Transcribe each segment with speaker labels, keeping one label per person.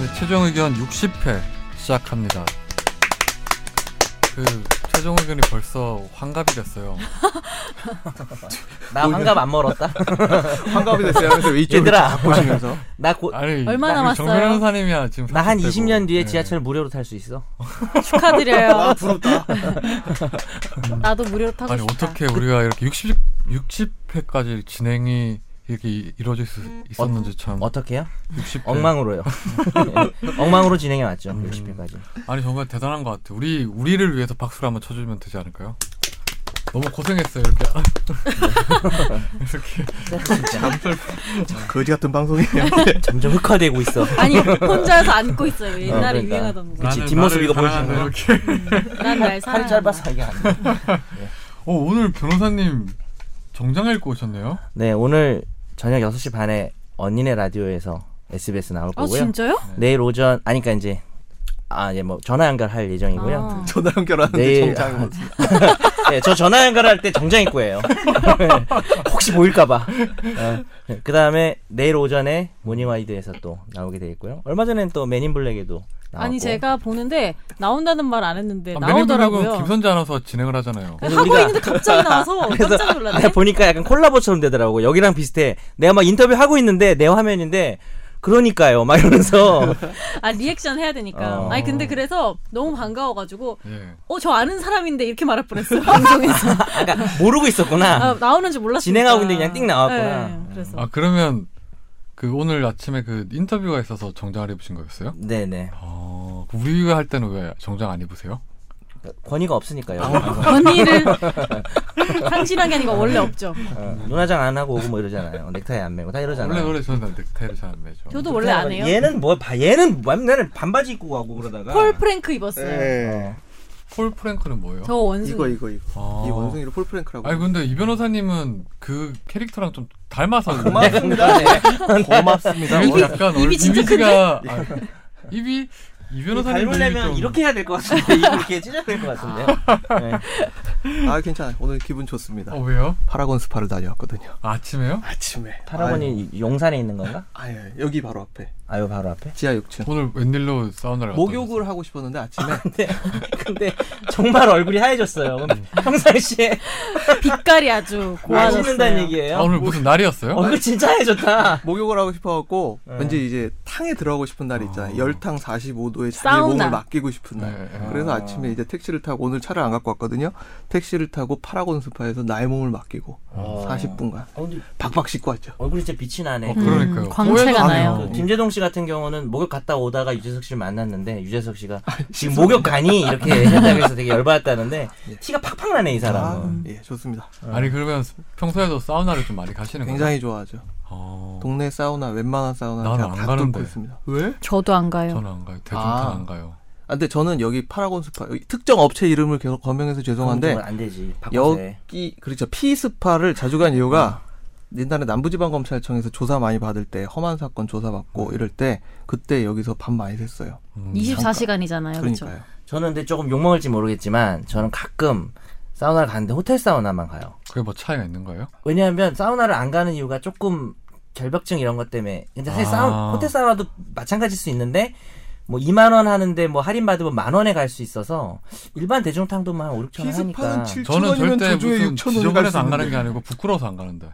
Speaker 1: 네, 최종 의견 60회 시작합니다. 그 최종 의견이 벌써 환갑이 됐어요.
Speaker 2: 나 환갑 안 멀었다.
Speaker 3: 환갑이 됐어요 하면서 이쪽을
Speaker 2: 얘들아.
Speaker 3: 보시면서
Speaker 2: 나 곧
Speaker 1: 아니 그
Speaker 4: 얼마 남았어요?
Speaker 1: 정면 변호사님이야 지금
Speaker 2: 나
Speaker 3: 아,
Speaker 2: 한 20년
Speaker 1: 40대고.
Speaker 2: 뒤에
Speaker 1: 네.
Speaker 2: 지하철 무료로 탈 수 있어.
Speaker 4: 축하드려요.
Speaker 3: 아, 부럽다
Speaker 4: 나도 무료로 타고
Speaker 1: 아니
Speaker 4: 싶다.
Speaker 2: 그
Speaker 1: 어떻게 우리가 이렇게 60 60회까지 진행이 이렇게 이- 이루어질 수 있었는지 참.
Speaker 2: 어떻게요?
Speaker 3: 네.
Speaker 1: 60회.
Speaker 2: 엉망으로요. 네. 엉망으로 진행해 왔죠.
Speaker 3: 음.
Speaker 2: 60회까지.
Speaker 1: 아니 정말 대단한 것 같아. 우리 우리를 위해서 박수를 한번 쳐주면 되지 않을까요? 너무 고생했어요 이렇게. 이렇게
Speaker 3: 거지 같은 방송이에요
Speaker 2: 점점 흑화되고 있어.
Speaker 4: 아니 혼자서 안고 있어요. 옛날에
Speaker 2: 그러니까.
Speaker 4: 유행하던 거.
Speaker 2: 그치,
Speaker 1: 나는
Speaker 2: 뒷모습
Speaker 1: 나를
Speaker 2: 이거
Speaker 1: 사랑한다,
Speaker 2: 보여주는
Speaker 1: 이렇게.
Speaker 4: 난날
Speaker 2: 팔이
Speaker 4: 사랑.
Speaker 2: 짧아서 이게 안 돼.
Speaker 1: 어 오늘 변호사님 정장을 입고 오셨네요.
Speaker 2: 네, 오늘 저녁 6시 반에 언니네 라디오에서 SBS 나올
Speaker 4: 아
Speaker 2: 거고요.
Speaker 4: 진짜요?
Speaker 2: 내일 오전 아니 그러니까 이제 아, 예, 뭐 전화 연결할 예정이고요.
Speaker 4: 아.
Speaker 3: 전화 연결하는데
Speaker 2: 내일-
Speaker 3: 정장
Speaker 2: 네, 저 전화 연결할 때 정장 입고 해요. 혹시 보일까봐. 그 다음에 내일 오전에 모닝와이드에서 또 나오게 돼 있고요. 얼마 전엔 또 맨인블랙에도 나왔고.
Speaker 4: 아니 제가 보는데 나온다는 말 안 했는데
Speaker 1: 아,
Speaker 4: 네, 나오더라고요. 그러니까
Speaker 1: 매니블랙은 김선재 아나운서 진행을 하잖아요.
Speaker 2: 그래서
Speaker 4: 하고
Speaker 2: 우리가-
Speaker 4: 있는데 갑자기 나와서 깜짝 놀랐네.
Speaker 2: 아니, 보니까 약간 콜라보처럼 되더라고. 여기랑 비슷해. 내가 막 인터뷰 하고 있는데 내 화면인데 그러니까요. 막 이러면서
Speaker 4: 아 리액션 해야 되니까.
Speaker 2: 어.
Speaker 4: 아니 근데 그래서 너무 반가워가지고
Speaker 1: 예.
Speaker 4: 어 저 아는 사람인데 이렇게 말할 뻔했어요 방송에서.
Speaker 2: 약간 그러니까 모르고
Speaker 4: 아,
Speaker 2: 있었구나.
Speaker 4: 나오는 줄 몰랐어요.
Speaker 2: 진행하고 있는데 그냥 띵 나왔구나.
Speaker 4: 그래서
Speaker 1: 아 그러면 그 오늘 아침에 그 인터뷰가 있어서 정장을 입으신 거였어요?
Speaker 2: 네네.
Speaker 1: 어, 그 우리가 할 때는 왜 정장 안 입으세요?
Speaker 2: 권위가 없으니까요.
Speaker 4: 아. 언니를 상실한 게 아니고 원래 없죠.
Speaker 2: 어, 눈화장 안 하고 오고 뭐 이러잖아요. 넥타이 안 매고 다 이러잖아요.
Speaker 1: 원래 원래 저는 넥타이를 잘 안 매죠.
Speaker 4: 저도 원래 안 해요.
Speaker 2: 얘는 뭐 봐. 얘는 맨날 반바지 입고 가고 그러다가.
Speaker 4: 폴 프랭크 입었어요.
Speaker 2: 네. 아,
Speaker 3: 예
Speaker 1: 폴 프랭크는 뭐예요?
Speaker 4: 저 원숭이.
Speaker 3: 이거 이거 이거
Speaker 1: 아.
Speaker 3: 이 원숭이를 폴프랭크라고
Speaker 1: 아니 근데 이 변호사님은 그 캐릭터랑 좀 닮아서 그런가?
Speaker 2: 네, 고맙습니다. 어,
Speaker 3: 고맙습니다
Speaker 1: 입이
Speaker 3: 오늘.
Speaker 1: 약간
Speaker 4: 입이
Speaker 1: 얼-
Speaker 4: 진짜
Speaker 1: 이미지가- 아, 입이 이 변호사님
Speaker 2: 닮으려면 이렇게 해야 될 것 같은데 이거 이렇게 찢어야 될 것 같은데. 네.
Speaker 3: 아 괜찮아요 오늘 기분 좋습니다
Speaker 1: 어 왜요?
Speaker 3: 파라곤 스파를 다녀왔거든요
Speaker 1: 아, 아침에요?
Speaker 3: 아침에
Speaker 2: 파라곤이 이- 용산에 있는 건가?
Speaker 3: 아유, 아유, 여기 바로 앞에
Speaker 2: 아유 바로 앞에.
Speaker 3: 지하 6층
Speaker 1: 오늘 웬일로 사우나를
Speaker 3: 목욕을 하고 싶었는데 아침에
Speaker 2: 근데 근데 정말 얼굴이 하얘졌어요. 평상시에
Speaker 4: 빛깔이 아주
Speaker 2: 씻는다는
Speaker 4: 고와졌어요.
Speaker 1: 갔다 오셨어요?
Speaker 2: 얘기예요.
Speaker 1: 아, 오늘 무슨 날이었어요?
Speaker 2: 얼굴 진짜 하얘졌다.
Speaker 3: 목욕을 하고 싶어갖고
Speaker 2: 네.
Speaker 3: 왠지 이제 탕에 들어가고 싶은 날 있잖아요. 열탕 45도에 자기
Speaker 4: 사우나.
Speaker 3: 몸을 맡기고 싶은 날.
Speaker 1: 네, 네.
Speaker 3: 그래서
Speaker 2: 아.
Speaker 3: 아침에 이제 택시를 타고 오늘 차를 안 갖고 왔거든요. 택시를 타고 파라곤 스파에서 나의 몸을 맡기고
Speaker 2: 어.
Speaker 3: 40분간
Speaker 2: 어, 근데
Speaker 3: 박박 씻고 왔죠.
Speaker 2: 얼굴이 진짜 빛이 나네.
Speaker 1: 어, 그러니까요.
Speaker 4: 음, 광채가
Speaker 1: 오해가
Speaker 4: 나요.
Speaker 2: 그 김재동 씨 같은 경우는 목욕 갔다 오다가 유재석 씨를 만났는데 유재석 씨가 지금 목욕 가니 이렇게 했다고 해서 되게 열받았다는데 티가 팍팍 나네 이 사람은.
Speaker 3: 아, 예, 좋습니다.
Speaker 2: 네.
Speaker 1: 아니 그러면 평소에도 사우나를 좀 많이 가시는 거예요?
Speaker 3: 굉장히 좋아하죠.
Speaker 1: 그러니까. 어,
Speaker 3: 동네 사우나, 웬만한 사우나
Speaker 1: 나는
Speaker 3: 제가
Speaker 1: 안
Speaker 3: 다
Speaker 1: 가는데.
Speaker 3: 뚫고 있습니다. 왜?
Speaker 4: 저도 안 가요.
Speaker 1: 저는 안 가요. 대중탕
Speaker 3: 아.
Speaker 1: 안 가요.
Speaker 3: 아, 근데 저는 여기 파라곤 스파 여기 특정 업체 이름을 계속 거명해서 죄송한데
Speaker 2: 안 되지. 바꿔서 해.
Speaker 3: 여기 그렇죠 피 스파를 자주 간
Speaker 1: 어.
Speaker 3: 이유가 옛날에 남부지방검찰청에서 조사 많이 받을 때 험한 사건
Speaker 1: 네.
Speaker 3: 조사받고 이럴 때 그때 여기서 밥 많이 샜어요.
Speaker 1: 음.
Speaker 4: 24시간이잖아요. 그렇죠.
Speaker 3: 그러니까요.
Speaker 2: 저는 근데 조금 욕먹을지 모르겠지만 저는 가끔 사우나를 가는데 호텔 사우나만 가요.
Speaker 1: 그게 뭐 차이가 있는 거예요?
Speaker 2: 왜냐하면 사우나를 안 가는 이유가 조금 결벽증 이런 것 때문에 근데 사실
Speaker 1: 아.
Speaker 2: 사우, 호텔 사우나도 마찬가지일 수 있는데 뭐 2만 원 하는데 뭐 할인 받으면 만 원에 갈 수 있어서 일반 대중탕도 뭐 만 5, 6천 원 하니까
Speaker 1: 저는 절대 무슨 지저분해서 안 가는 게 아니고 부끄러워서 안 가는데.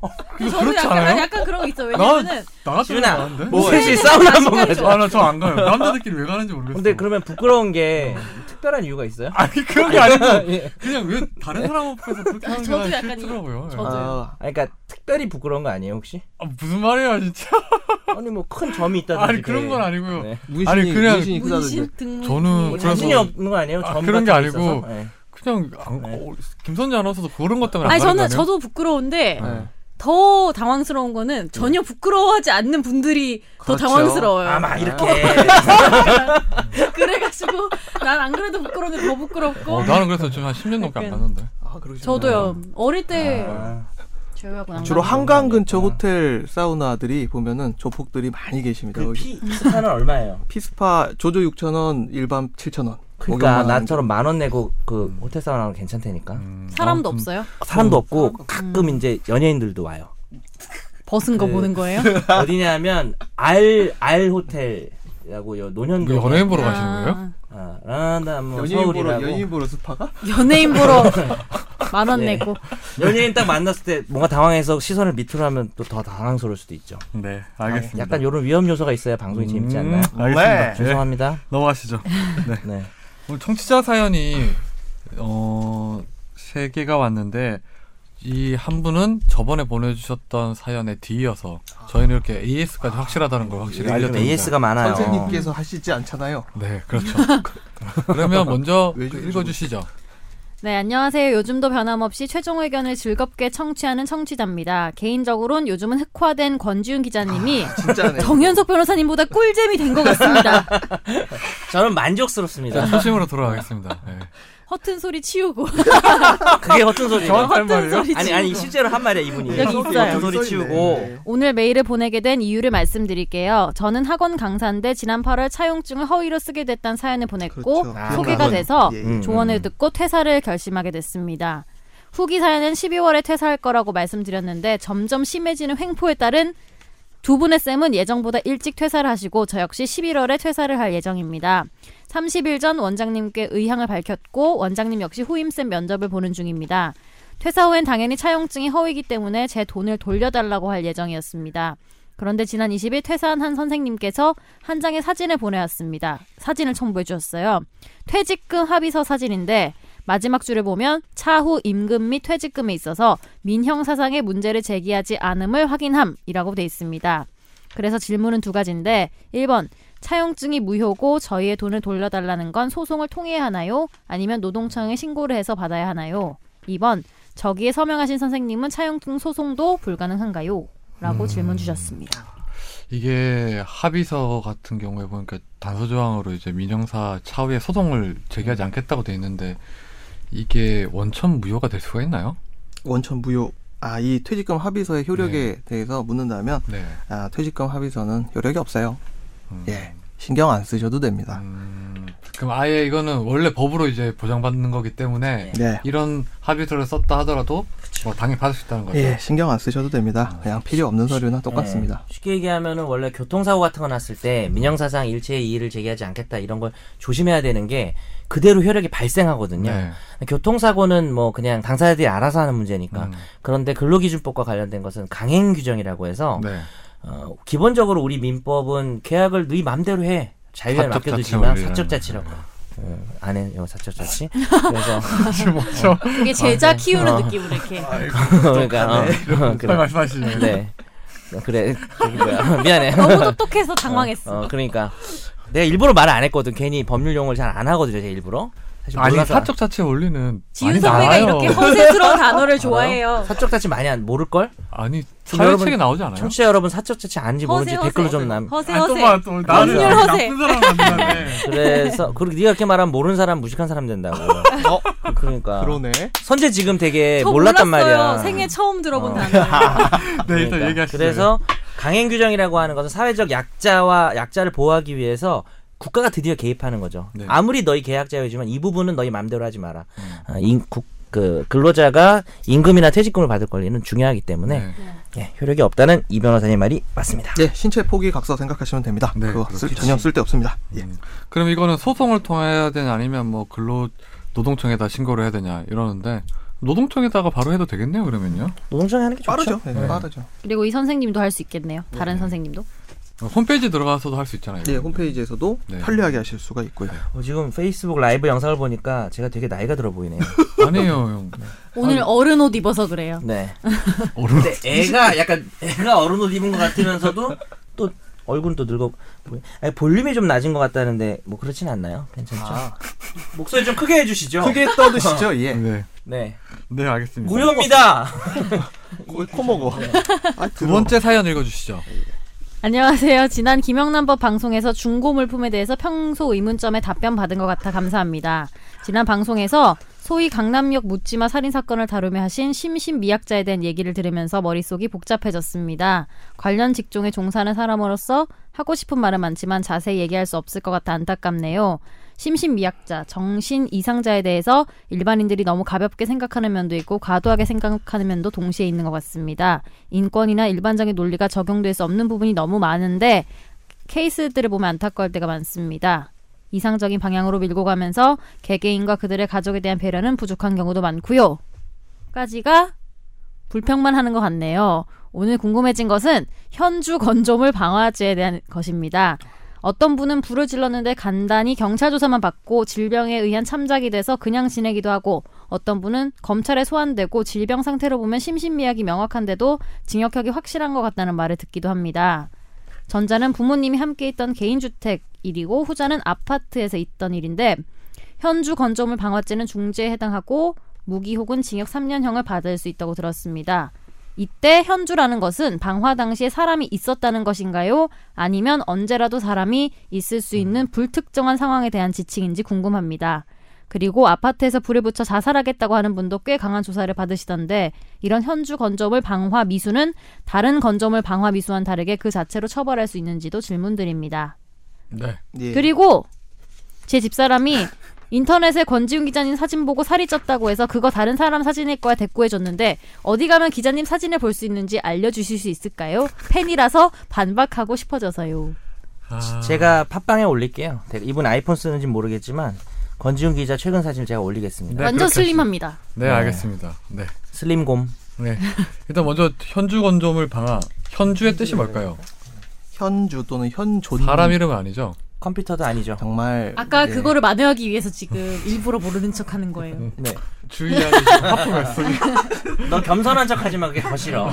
Speaker 1: 어, 이거
Speaker 4: 저도
Speaker 1: 그렇지
Speaker 4: 약간,
Speaker 1: 않아요?
Speaker 4: 약간 그런 거 있어요.
Speaker 1: 나,
Speaker 4: 왜냐면은
Speaker 1: 나 같은 거
Speaker 2: 지훈아.
Speaker 1: 가는데?
Speaker 2: 뭐
Speaker 4: 셋이
Speaker 2: 셋이 사우나 한번
Speaker 4: 시간이
Speaker 2: 가자.
Speaker 4: 좀-
Speaker 1: 아, 나 저 안 가요. 남자들끼리 왜 가는지 모르겠어.
Speaker 2: 근데 그러면 부끄러운 게 특별한 이유가 있어요?
Speaker 1: 아니, 그런 게 아니고,
Speaker 2: 예.
Speaker 1: 그냥 왜 다른 사람 앞에서 그렇게 하는 게
Speaker 4: 저도
Speaker 1: 난
Speaker 4: 약간 이-
Speaker 1: 싫더라고요. 예.
Speaker 4: 저도.
Speaker 3: 아,
Speaker 2: 아니, 그러니까 특별히 부끄러운 거 아니에요 혹시?
Speaker 1: 아, 무슨 말이야, 진짜.
Speaker 2: 아니 뭐 큰 점이 있다든지
Speaker 1: 아니, 그런 건
Speaker 2: 네.
Speaker 1: 아니고요.
Speaker 2: 네.
Speaker 3: 문신이,
Speaker 1: 아니, 그냥-
Speaker 3: 문신이 크다든지.
Speaker 4: 문신 뭐 등록.
Speaker 1: 저는
Speaker 2: 뭐
Speaker 1: 그래서-
Speaker 2: 자신이 없는 거 아니에요?
Speaker 1: 아,
Speaker 2: 점
Speaker 1: 그런 게
Speaker 2: 같은 있어서?
Speaker 1: 아니고
Speaker 2: 네.
Speaker 1: 그냥 안,
Speaker 2: 네.
Speaker 1: 어, 김선재 아나운서도 그런 것 때문에 안
Speaker 4: 아니
Speaker 1: 가는
Speaker 4: 저는
Speaker 1: 거 아니에요?
Speaker 4: 저도 부끄러운데
Speaker 1: 어.
Speaker 3: 네.
Speaker 4: 더 당황스러운
Speaker 1: 네.
Speaker 4: 거는 전혀 부끄러워하지 않는 분들이
Speaker 3: 그렇죠.
Speaker 4: 더 당황스러워요.
Speaker 2: 아마 이렇게
Speaker 1: 네.
Speaker 4: 그래가지고 난 안 그래도 부끄러운데 더 부끄럽고
Speaker 1: 어, 나는 그래서 지금 한 10년 넘게 안
Speaker 4: 약간-
Speaker 1: 갔는데.
Speaker 3: 아, 그러시구나.
Speaker 4: 저도요 어릴 때
Speaker 2: 아.
Speaker 4: 제외하고 안
Speaker 3: 주로
Speaker 4: 가요.
Speaker 3: 한강
Speaker 1: 어.
Speaker 3: 근처 호텔 사우나들이 보면은 조폭들이 많이 계십니다.
Speaker 2: 그
Speaker 3: 여기
Speaker 2: 피, 스타는 얼마예요?
Speaker 3: 피스파 조조 6,000원, 일반 7,000원.
Speaker 2: 그러니까 나처럼 만 원 내고 그 호텔 사우나는 괜찮다니까
Speaker 1: 음,
Speaker 4: 사람도
Speaker 1: 아무튼
Speaker 2: 음.
Speaker 4: 없어요.
Speaker 2: 사람도 없고 가끔 이제 연예인들도 와요
Speaker 4: 벗은 거
Speaker 1: 네.
Speaker 2: 그-
Speaker 4: 보는 거예요?
Speaker 2: 어디냐면 알 알 호텔이라고 요
Speaker 1: 이거
Speaker 2: 노년동
Speaker 1: 연예인 보러 가시는 거예요?
Speaker 4: 아,
Speaker 2: 아, 라나 뭐
Speaker 3: 연예인 보러
Speaker 2: 서울이라고
Speaker 3: 연예인 보러 스파가?
Speaker 4: 연예인 보러 만 원
Speaker 2: 네.
Speaker 4: 내고
Speaker 2: 연예인 딱 만났을 때 뭔가 당황해서 시선을 밑으로 하면 또 더 당황스러울 수도 있죠.
Speaker 1: 네, 알겠습니다.
Speaker 2: 아, 약간 이런 위험 요소가 있어야 방송이 재밌지 않나요?
Speaker 1: 음, 알겠습니다. 네.
Speaker 2: 죄송합니다.
Speaker 1: 넘어가시죠.
Speaker 2: 네.
Speaker 1: 오늘 청취자 사연이 어, 세 개가 왔는데 이 한 분은 저번에 보내주셨던 사연에 뒤이어서 저희는 이렇게 AS까지 확실하다는 걸 확실히
Speaker 2: 요즘
Speaker 1: 알려드립니다.
Speaker 2: AS가 많아요.
Speaker 3: 선생님께서 하시지 않잖아요.
Speaker 1: 네, 그렇죠. 그러면 먼저
Speaker 3: 왜 주-
Speaker 1: 읽어주시죠.
Speaker 4: 네, 안녕하세요. 요즘도 변함없이 최종 의견을 즐겁게 청취하는 청취자입니다. 개인적으로는 요즘은 흑화된 권지윤 기자님이
Speaker 3: 아, 진짜네.
Speaker 4: 정현석 변호사님보다 꿀잼이 된 것 같습니다.
Speaker 2: 저는 만족스럽습니다.
Speaker 1: 자, 초심으로 돌아가겠습니다. 네.
Speaker 4: 허튼 소리 치우고.
Speaker 2: 그게 허튼 소리예요.
Speaker 1: 정확한
Speaker 4: 허튼
Speaker 1: 말이에요?
Speaker 4: 소리 치우고.
Speaker 2: 아니 아니 실제로 한 말이야 이분이.
Speaker 3: 네.
Speaker 4: 여기 있어요.
Speaker 2: 허튼 소리 치우고 네.
Speaker 4: 오늘 메일을 보내게 된 이유를 말씀드릴게요. 저는 학원 강사인데 지난 8월 차용증을 허위로 쓰게 됐다는 사연을
Speaker 3: 그렇죠.
Speaker 4: 보냈고
Speaker 2: 아,
Speaker 4: 소개가
Speaker 2: 그건-
Speaker 4: 돼서
Speaker 3: 예.
Speaker 2: 음.
Speaker 4: 조언을 듣고 퇴사를 결심하게 됐습니다. 후기 사연은 12월에 퇴사할 거라고 말씀드렸는데 점점 심해지는 횡포에 따른 두 분의 쌤은 예정보다 일찍 퇴사를 하시고 저 역시 11월에 퇴사를 할 예정입니다. 30일 전 원장님께 의향을 밝혔고 원장님 역시 후임쌤 면접을 보는 중입니다. 퇴사 후엔 당연히 차용증이 허위이기 때문에 제 돈을 돌려달라고 할 예정이었습니다. 그런데 지난 20일 퇴사한 한 선생님께서 한 장의 사진을 보내왔습니다. 사진을 첨부해 주셨어요. 퇴직금 합의서 사진인데 마지막 줄을 보면 차후 임금 및 퇴직금에 있어서 민형 사상의 문제를 제기하지 않음을 확인함이라고 돼 있습니다. 그래서 질문은 두 가지인데 1번 차용증이 무효고 저희의 돈을 돌려달라는 건 소송을 통해야 하나요? 아니면 노동청에 신고를 해서 받아야 하나요? 2번 저기에 서명하신 선생님은 차용증 소송도 불가능한가요? 라고 질문 주셨습니다.
Speaker 1: 이게 합의서 같은 경우에 보니까 단서 조항으로 이제 민영사 차후에 소송을 제기하지 않겠다고 돼 있는데 이게 원천 무효가 될 수가 있나요?
Speaker 3: 원천 무효. 아, 이 퇴직금 합의서의 효력에 대해서 묻는다면
Speaker 1: 네.
Speaker 3: 아, 퇴직금 합의서는 효력이 없어요.
Speaker 1: 음.
Speaker 3: 예. 신경 안 쓰셔도 됩니다.
Speaker 1: 음, 그럼 아예 이거는 원래 법으로 이제 보장받는 거기 때문에
Speaker 3: 네.
Speaker 1: 이런 합의서를 썼다 하더라도 뭐 당연히 받을 수 있다는 거죠.
Speaker 3: 예, 신경 안 쓰셔도 됩니다. 그냥 필요 없는 서류나 똑같습니다.
Speaker 2: 네. 쉽게 얘기하면은 원래 교통사고 같은 거 났을 때 민형사상 일체의 이의를 제기하지 않겠다 이런 걸 조심해야 되는 게 그대로 효력이 발생하거든요.
Speaker 1: 네.
Speaker 2: 교통사고는 뭐 그냥 당사자들이 알아서 하는 문제니까.
Speaker 1: 음.
Speaker 2: 그런데 근로기준법과 관련된 것은 강행 규정이라고 해서
Speaker 1: 네.
Speaker 2: 어, 기본적으로 우리 민법은 계약을 네 맘대로 해. 자유에
Speaker 1: 사적 자치
Speaker 2: 맡겨두지만
Speaker 1: 원리라는
Speaker 2: 사적 자치라고. 어, 안 해, 요 사적 자치. 그래서
Speaker 1: 지금 뭐죠?
Speaker 4: 그게 제자 키우는 느낌으로 이렇게.
Speaker 2: 그러니까 어, 어,
Speaker 1: 빨리
Speaker 2: 그래.
Speaker 1: 말씀하시죠.
Speaker 2: 네. 어, 그래. 저기 뭐야. 미안해.
Speaker 4: 너무 똑똑해서 당황했어.
Speaker 2: 어, 그러니까 내가 일부러 말 안 했거든. 괜히 법률 용어를 잘 안 하거든요. 제가 일부러. 사실
Speaker 1: 아니
Speaker 2: 몰라서
Speaker 1: 사적 자체 원리는
Speaker 4: 지윤
Speaker 1: 많이
Speaker 4: 선배가
Speaker 1: 나와요.
Speaker 4: 이렇게 허세스러운 단어를
Speaker 2: 알아요?
Speaker 4: 좋아해요.
Speaker 2: 사적 자치 많이 안 모를 걸?
Speaker 1: 아니
Speaker 2: 지금
Speaker 1: 사회
Speaker 2: 여러분
Speaker 1: 책에 나오지 않아요?
Speaker 2: 청취자 여러분 사적 자치 아닌지 모르는지
Speaker 4: 허세 허세.
Speaker 2: 댓글로 좀 남.
Speaker 4: 허세
Speaker 1: 아니, 또
Speaker 4: 허세.
Speaker 1: 봐, 또 나는
Speaker 4: 법률 허세.
Speaker 1: 나쁜 사람 만나네.
Speaker 2: 그래서 그리고 네가 이렇게 말하면 모르는 사람 무식한 사람 된다고.
Speaker 3: 어?
Speaker 2: 그러니까
Speaker 3: 그러네.
Speaker 2: 선재 지금 되게
Speaker 4: 저
Speaker 2: 네, 몰랐단
Speaker 4: 몰랐어요.
Speaker 2: 말이야.
Speaker 4: 생애 처음 들어본
Speaker 2: 어.
Speaker 4: 단어.
Speaker 1: 네, 일단
Speaker 2: 그러니까.
Speaker 1: 얘기하시죠.
Speaker 2: 그래서 강행 규정이라고 하는 것은 사회적 약자와 약자를 보호하기 위해서 국가가 드디어 개입하는 거죠.
Speaker 1: 네. 음.
Speaker 2: 아무리 너희 계약 자유지만 이 부분은 너희 맘대로 하지 마라. 아, 인- 국- 그 근로자가 임금이나 퇴직금을 받을 권리는 중요하기 때문에
Speaker 1: 네.
Speaker 2: 예, 효력이 없다는 이 변호사님 말이 맞습니다.
Speaker 3: 예, 신체 포기 각서 생각하시면 됩니다.
Speaker 1: 네,
Speaker 3: 그거 쓸-
Speaker 1: 그렇지.
Speaker 3: 전혀 쓸데 없습니다. 예.
Speaker 1: 음. 그럼 이거는 소송을 통해야 되냐 아니면 뭐 근로 노동청에다 신고를 해야 되냐 이러는데 노동청에다가 바로 해도 되겠네요 그러면요
Speaker 2: 노동청에 하는 게 좋죠.
Speaker 3: 빠르죠. 예, 빠르죠.
Speaker 4: 그리고 이 선생님도 할 수 있겠네요. 다른 선생님도.
Speaker 1: 홈페이지 들어가서도 할 수 있잖아요
Speaker 3: 예,
Speaker 1: 이거는.
Speaker 3: 홈페이지에서도
Speaker 1: 네.
Speaker 3: 편리하게 하실 수가 있고요.
Speaker 2: 어, 지금 페이스북 라이브 영상을 보니까 제가 되게 나이가 들어 보이네요.
Speaker 1: 아니에요 형
Speaker 4: 오늘 어른 옷 입어서 그래요.
Speaker 2: 네.
Speaker 1: 어른
Speaker 2: 근데 애가 약간 애가 어른 옷 입은 것 같으면서도 또 얼굴은 또 늙어 보이. 아니, 볼륨이 좀 낮은 것 같다는데 뭐 그렇진 않나요? 괜찮죠? 목소리 좀 크게 해주시죠.
Speaker 3: 아. 크게 떠드시죠. 예.
Speaker 1: 네.
Speaker 2: 네.
Speaker 1: 네 알겠습니다
Speaker 2: 무효입니다.
Speaker 3: 거의 코먹어. 아,
Speaker 1: 두 번째 사연 읽어주시죠
Speaker 4: 안녕하세요. 지난 김영란법 방송에서 중고 물품에 대해서 평소 의문점에 답변 받은 것 같아 감사합니다. 지난 방송에서 소위 강남역 묻지마 살인 사건을 다루며 하신 심신 미약자에 대한 얘기를 들으면서 머릿속이 복잡해졌습니다. 관련 직종에 종사하는 사람으로서 하고 싶은 말은 많지만 자세히 얘기할 수 없을 것 같아 안타깝네요. 심신미약자, 정신 이상자에 대해서 일반인들이 너무 가볍게 생각하는 면도 있고 과도하게 생각하는 면도 동시에 있는 것 같습니다. 인권이나 일반적인 논리가 적용될 수 없는 부분이 너무 많은데 케이스들을 보면 안타까울 때가 많습니다. 이상적인 방향으로 밀고 가면서 개개인과 그들의 가족에 대한 배려는 부족한 경우도 많고요. 까지가 불평만 하는 것 같네요. 오늘 궁금해진 것은 현주 건조물 방화제에 대한 것입니다. 어떤 분은 불을 질렀는데 간단히 경찰 조사만 받고 질병에 의한 참작이 돼서 그냥 지내기도 하고 어떤 분은 검찰에 소환되고 질병 상태로 보면 심신미약이 명확한데도 징역형이 확실한 것 같다는 말을 듣기도 합니다. 전자는 부모님이 함께 있던 개인주택 일이고 후자는 아파트에서 있던 일인데 현주 건조물 방화죄는 중죄에 해당하고 무기 혹은 징역 3년형을 받을 수 있다고 들었습니다. 이때 현주라는 것은 방화 당시에 사람이 있었다는 것인가요? 아니면 언제라도 사람이 있을 수 있는 불특정한 상황에 대한 지칭인지 궁금합니다. 그리고 아파트에서 불에 붙여 자살하겠다고 하는 분도 꽤 강한 조사를 받으시던데 이런 현주 건조물 방화 미수는 다른 건조물 방화 미수와는 다르게 그 자체로 처벌할 수 있는지도 질문드립니다.
Speaker 1: 네.
Speaker 3: 예.
Speaker 4: 그리고 제 집사람이 인터넷에 권지훈 기자님 사진 보고 살이 쪘다고 해서 그거 다른 사람 사진일 거야 대꾸해 줬는데 어디 가면 기자님 사진을 볼 수 있는지 알려주실 수 있을까요? 팬이라서 반박하고 싶어져서요.
Speaker 1: 아,
Speaker 2: 제가 팟빵에 올릴게요. 대- 이분 아이폰 쓰는지 모르겠지만 권지훈 기자 최근 사진을 제가 올리겠습니다.
Speaker 1: 네,
Speaker 4: 완전
Speaker 1: 그렇게
Speaker 4: 슬림합니다.
Speaker 1: 네, 알겠습니다. 네.
Speaker 2: 슬림곰.
Speaker 1: 네. 일단 먼저 현주 건조물 방아. 현주의 뜻이 뭘까요?
Speaker 3: 현주 또는 현존
Speaker 1: 사람 이름 아니죠?
Speaker 2: 컴퓨터도 아니죠.
Speaker 3: 정말
Speaker 4: 아까
Speaker 3: 예.
Speaker 4: 그거를 만회하기 위해서 지금 일부러 모르는 척하는 거예요.
Speaker 2: 네.
Speaker 1: 주의하기 좀 하품을 쓰기.
Speaker 2: 너 겸손한 척하지 마. 그게 거싫어.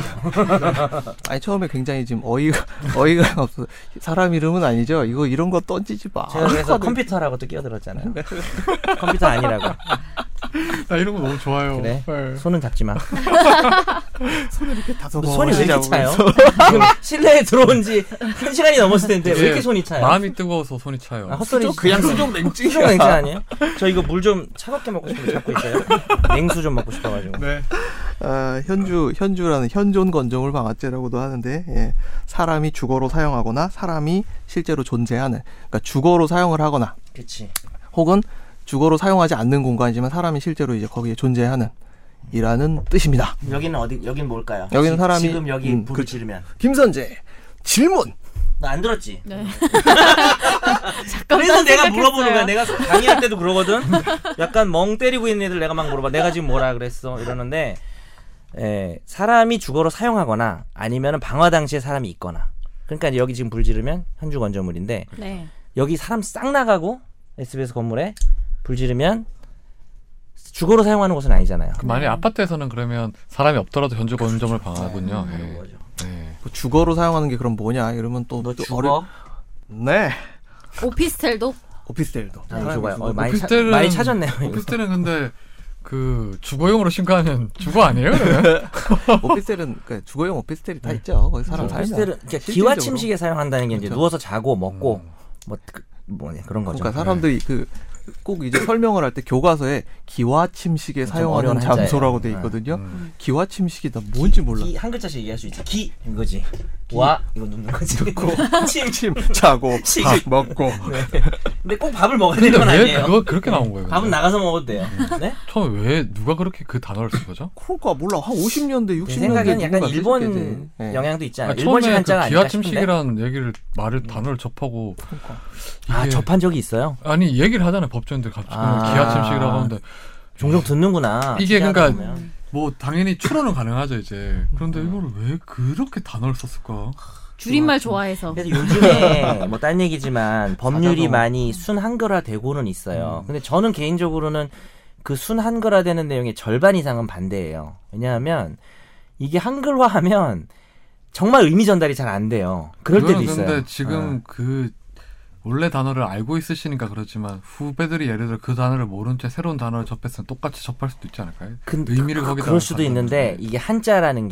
Speaker 3: 아니 처음에 굉장히 지금 어이가 어이가 없어 사람 이름은 아니죠 이거 이런 거 던지지 마
Speaker 2: 제가 그래서 컴퓨터라고 또 끼어들었잖아요.
Speaker 3: 네.
Speaker 2: 컴퓨터 아니라고.
Speaker 1: 나 이런 거 너무 좋아요.
Speaker 2: 그래.
Speaker 1: 네.
Speaker 2: 손은 잡지 마.
Speaker 3: 다
Speaker 2: 너 손이 왜 이렇게
Speaker 3: 적어가지고
Speaker 2: 차요? 지금 실내에 들어온 지 한 시간이 넘었을 텐데 왜 이렇게 손이 차요?
Speaker 1: 네. 마음이 뜨거워서 손이 차요.
Speaker 2: 아, 헛소리.
Speaker 3: 그냥 수족 냉증이야.
Speaker 2: 수족 냉증 아니에요? 저 이거 물 좀 차갑게 먹고 싶은데 잡고 있어요. 냉수 좀 먹고 싶어가지고.
Speaker 1: 네.
Speaker 3: 아, 현주 현주라는 현존 건조물 방아죄라고도 하는데 예. 사람이 주거로 사용하거나 사람이 실제로 존재하는 그러니까 주거로 사용을 하거나
Speaker 2: 그치.
Speaker 3: 혹은 주거로 사용하지 않는 공간이지만 사람이 실제로 이제 거기에 존재하는 이라는 뜻입니다.
Speaker 2: 여기는 어디? 여긴 뭘까요?
Speaker 3: 여기는
Speaker 2: 지-
Speaker 3: 사람이-
Speaker 2: 지금 여기
Speaker 3: 음,
Speaker 2: 불을
Speaker 3: 그렇죠.
Speaker 2: 지르면
Speaker 3: 김선재 질문.
Speaker 2: 나 안 들었지?
Speaker 4: 네. 잠깐만
Speaker 2: 그래서 내가
Speaker 4: 생각했어요.
Speaker 2: 물어보는 거야. 내가 강의할 때도 그러거든. 약간 멍 때리고 있는 애들 내가 막 물어봐. 내가 지금 뭐라 그랬어? 이러는데 에, 사람이 주거로 사용하거나 아니면 방화 당시에 사람이 있거나. 그러니까 여기 지금 불 지르면 현주 건조물인데
Speaker 4: 네.
Speaker 2: 여기 사람 싹 나가고 SBS 건물에 불 지르면 주거로 사용하는 곳은 아니잖아요.
Speaker 1: 그 만약 아파트에서는 그러면 사람이 없더라도 현주 건조물 방아군요.
Speaker 2: 그런
Speaker 1: 네.
Speaker 2: 거죠.
Speaker 1: 네.
Speaker 3: 그 주거로 사용하는 게 그럼 뭐냐? 이러면 또,
Speaker 2: 너
Speaker 3: 또
Speaker 2: 주거?
Speaker 3: 어려- 네.
Speaker 4: 오피스텔도
Speaker 3: 오피스텔도.
Speaker 2: 아, 주거야. 어, 많이, 차,
Speaker 1: 오피스텔은-
Speaker 2: 많이 찾았네요.
Speaker 3: 어,
Speaker 2: 이거.
Speaker 1: 오피스텔은 근데 그 주거용으로 신고하면 주거 아니에요? 그러면?
Speaker 3: 오피스텔은 그 주거용 오피스텔이 다 있죠. 거기 사람 살면.
Speaker 2: 네. 오피스텔은 그러니까 기와
Speaker 3: 실질적으로.
Speaker 2: 침식에 사용한다는 게 이제
Speaker 3: 그렇죠.
Speaker 2: 누워서 자고 먹고 뭐 그, 뭐냐 그런 거죠. 네.
Speaker 3: 그러니까 사람들이 그 꼭 이제 설명을 할 때 교과서에 기와침식에
Speaker 2: 어려운
Speaker 3: 사용하는
Speaker 2: 한자예요.
Speaker 3: 장소라고 돼
Speaker 2: 네.
Speaker 3: 있거든요.
Speaker 1: 음.
Speaker 3: 기와침식이 나 뭔지 몰라.
Speaker 2: 기 한 글자씩 얘기할 수 있지. 기 이거지. 와 이거 눕는 거지. 침.
Speaker 3: 침 자고
Speaker 2: 식. 네.
Speaker 3: 밥 먹고
Speaker 2: 근데 꼭 밥을 먹어야
Speaker 1: 근데
Speaker 2: 되는 건
Speaker 1: 왜
Speaker 2: 아니에요.
Speaker 1: 그거 그렇게 나온 거예요?
Speaker 2: 밥은
Speaker 1: 근데?
Speaker 2: 나가서 먹어도 돼요. 네?
Speaker 1: 처음에 왜 누가 그렇게 그 단어를 쓴 거죠?
Speaker 3: 그럴까 그러니까 몰라 한 50년대
Speaker 2: 제
Speaker 3: 60년대
Speaker 2: 생각에는 약간
Speaker 3: 누군가
Speaker 2: 일본
Speaker 3: 쓰셨겠지. 예.
Speaker 2: 영향도 있잖아요.
Speaker 1: 아,
Speaker 2: 일본식
Speaker 1: 처음에
Speaker 2: 한자가
Speaker 1: 그
Speaker 2: 아닐까 싶은데. 음.
Speaker 1: 기아침식이라는 얘기를 말을 단어를 접하고
Speaker 2: 아
Speaker 1: 이게-
Speaker 2: 접한 적이 있어요.
Speaker 1: 아니 얘기를 하잖아요 법조인들 갑자기
Speaker 2: 아.
Speaker 1: 기아침식이라고 하는데
Speaker 2: 종종 듣는구나.
Speaker 1: 음. 이게
Speaker 2: 신기하다
Speaker 1: 그러니까-
Speaker 2: 보면. 음.
Speaker 1: 뭐 당연히 추론은 가능하죠 이제 그런데 이거를 왜 그렇게 단어를 썼을까?
Speaker 4: 줄임말 좋아해서
Speaker 2: 그래서 요즘에 뭐 딴 얘기지만 법률이
Speaker 3: 사자성어.
Speaker 2: 많이 순 한글화 되고는 있어요.
Speaker 1: 음.
Speaker 2: 근데 저는 개인적으로는 그 순 한글화 되는 내용의 절반 이상은 반대예요. 왜냐하면 이게 한글화하면 정말 의미 전달이 잘 안 돼요. 그럴 때도
Speaker 1: 이거는
Speaker 2: 있어요. 네.
Speaker 1: 근데 지금 그 원래 단어를 알고 있으시니까 그렇지만 후배들이 예를 들어 그 단어를 모른 채 새로운 단어를 접했으면 똑같이 접할 수도 있지 않을까요?
Speaker 2: 근-
Speaker 1: 의미를
Speaker 2: 그-
Speaker 1: 거기다
Speaker 2: 그럴 수도
Speaker 1: 갖다
Speaker 2: 있는데
Speaker 1: 놓는
Speaker 2: 이게 한자라는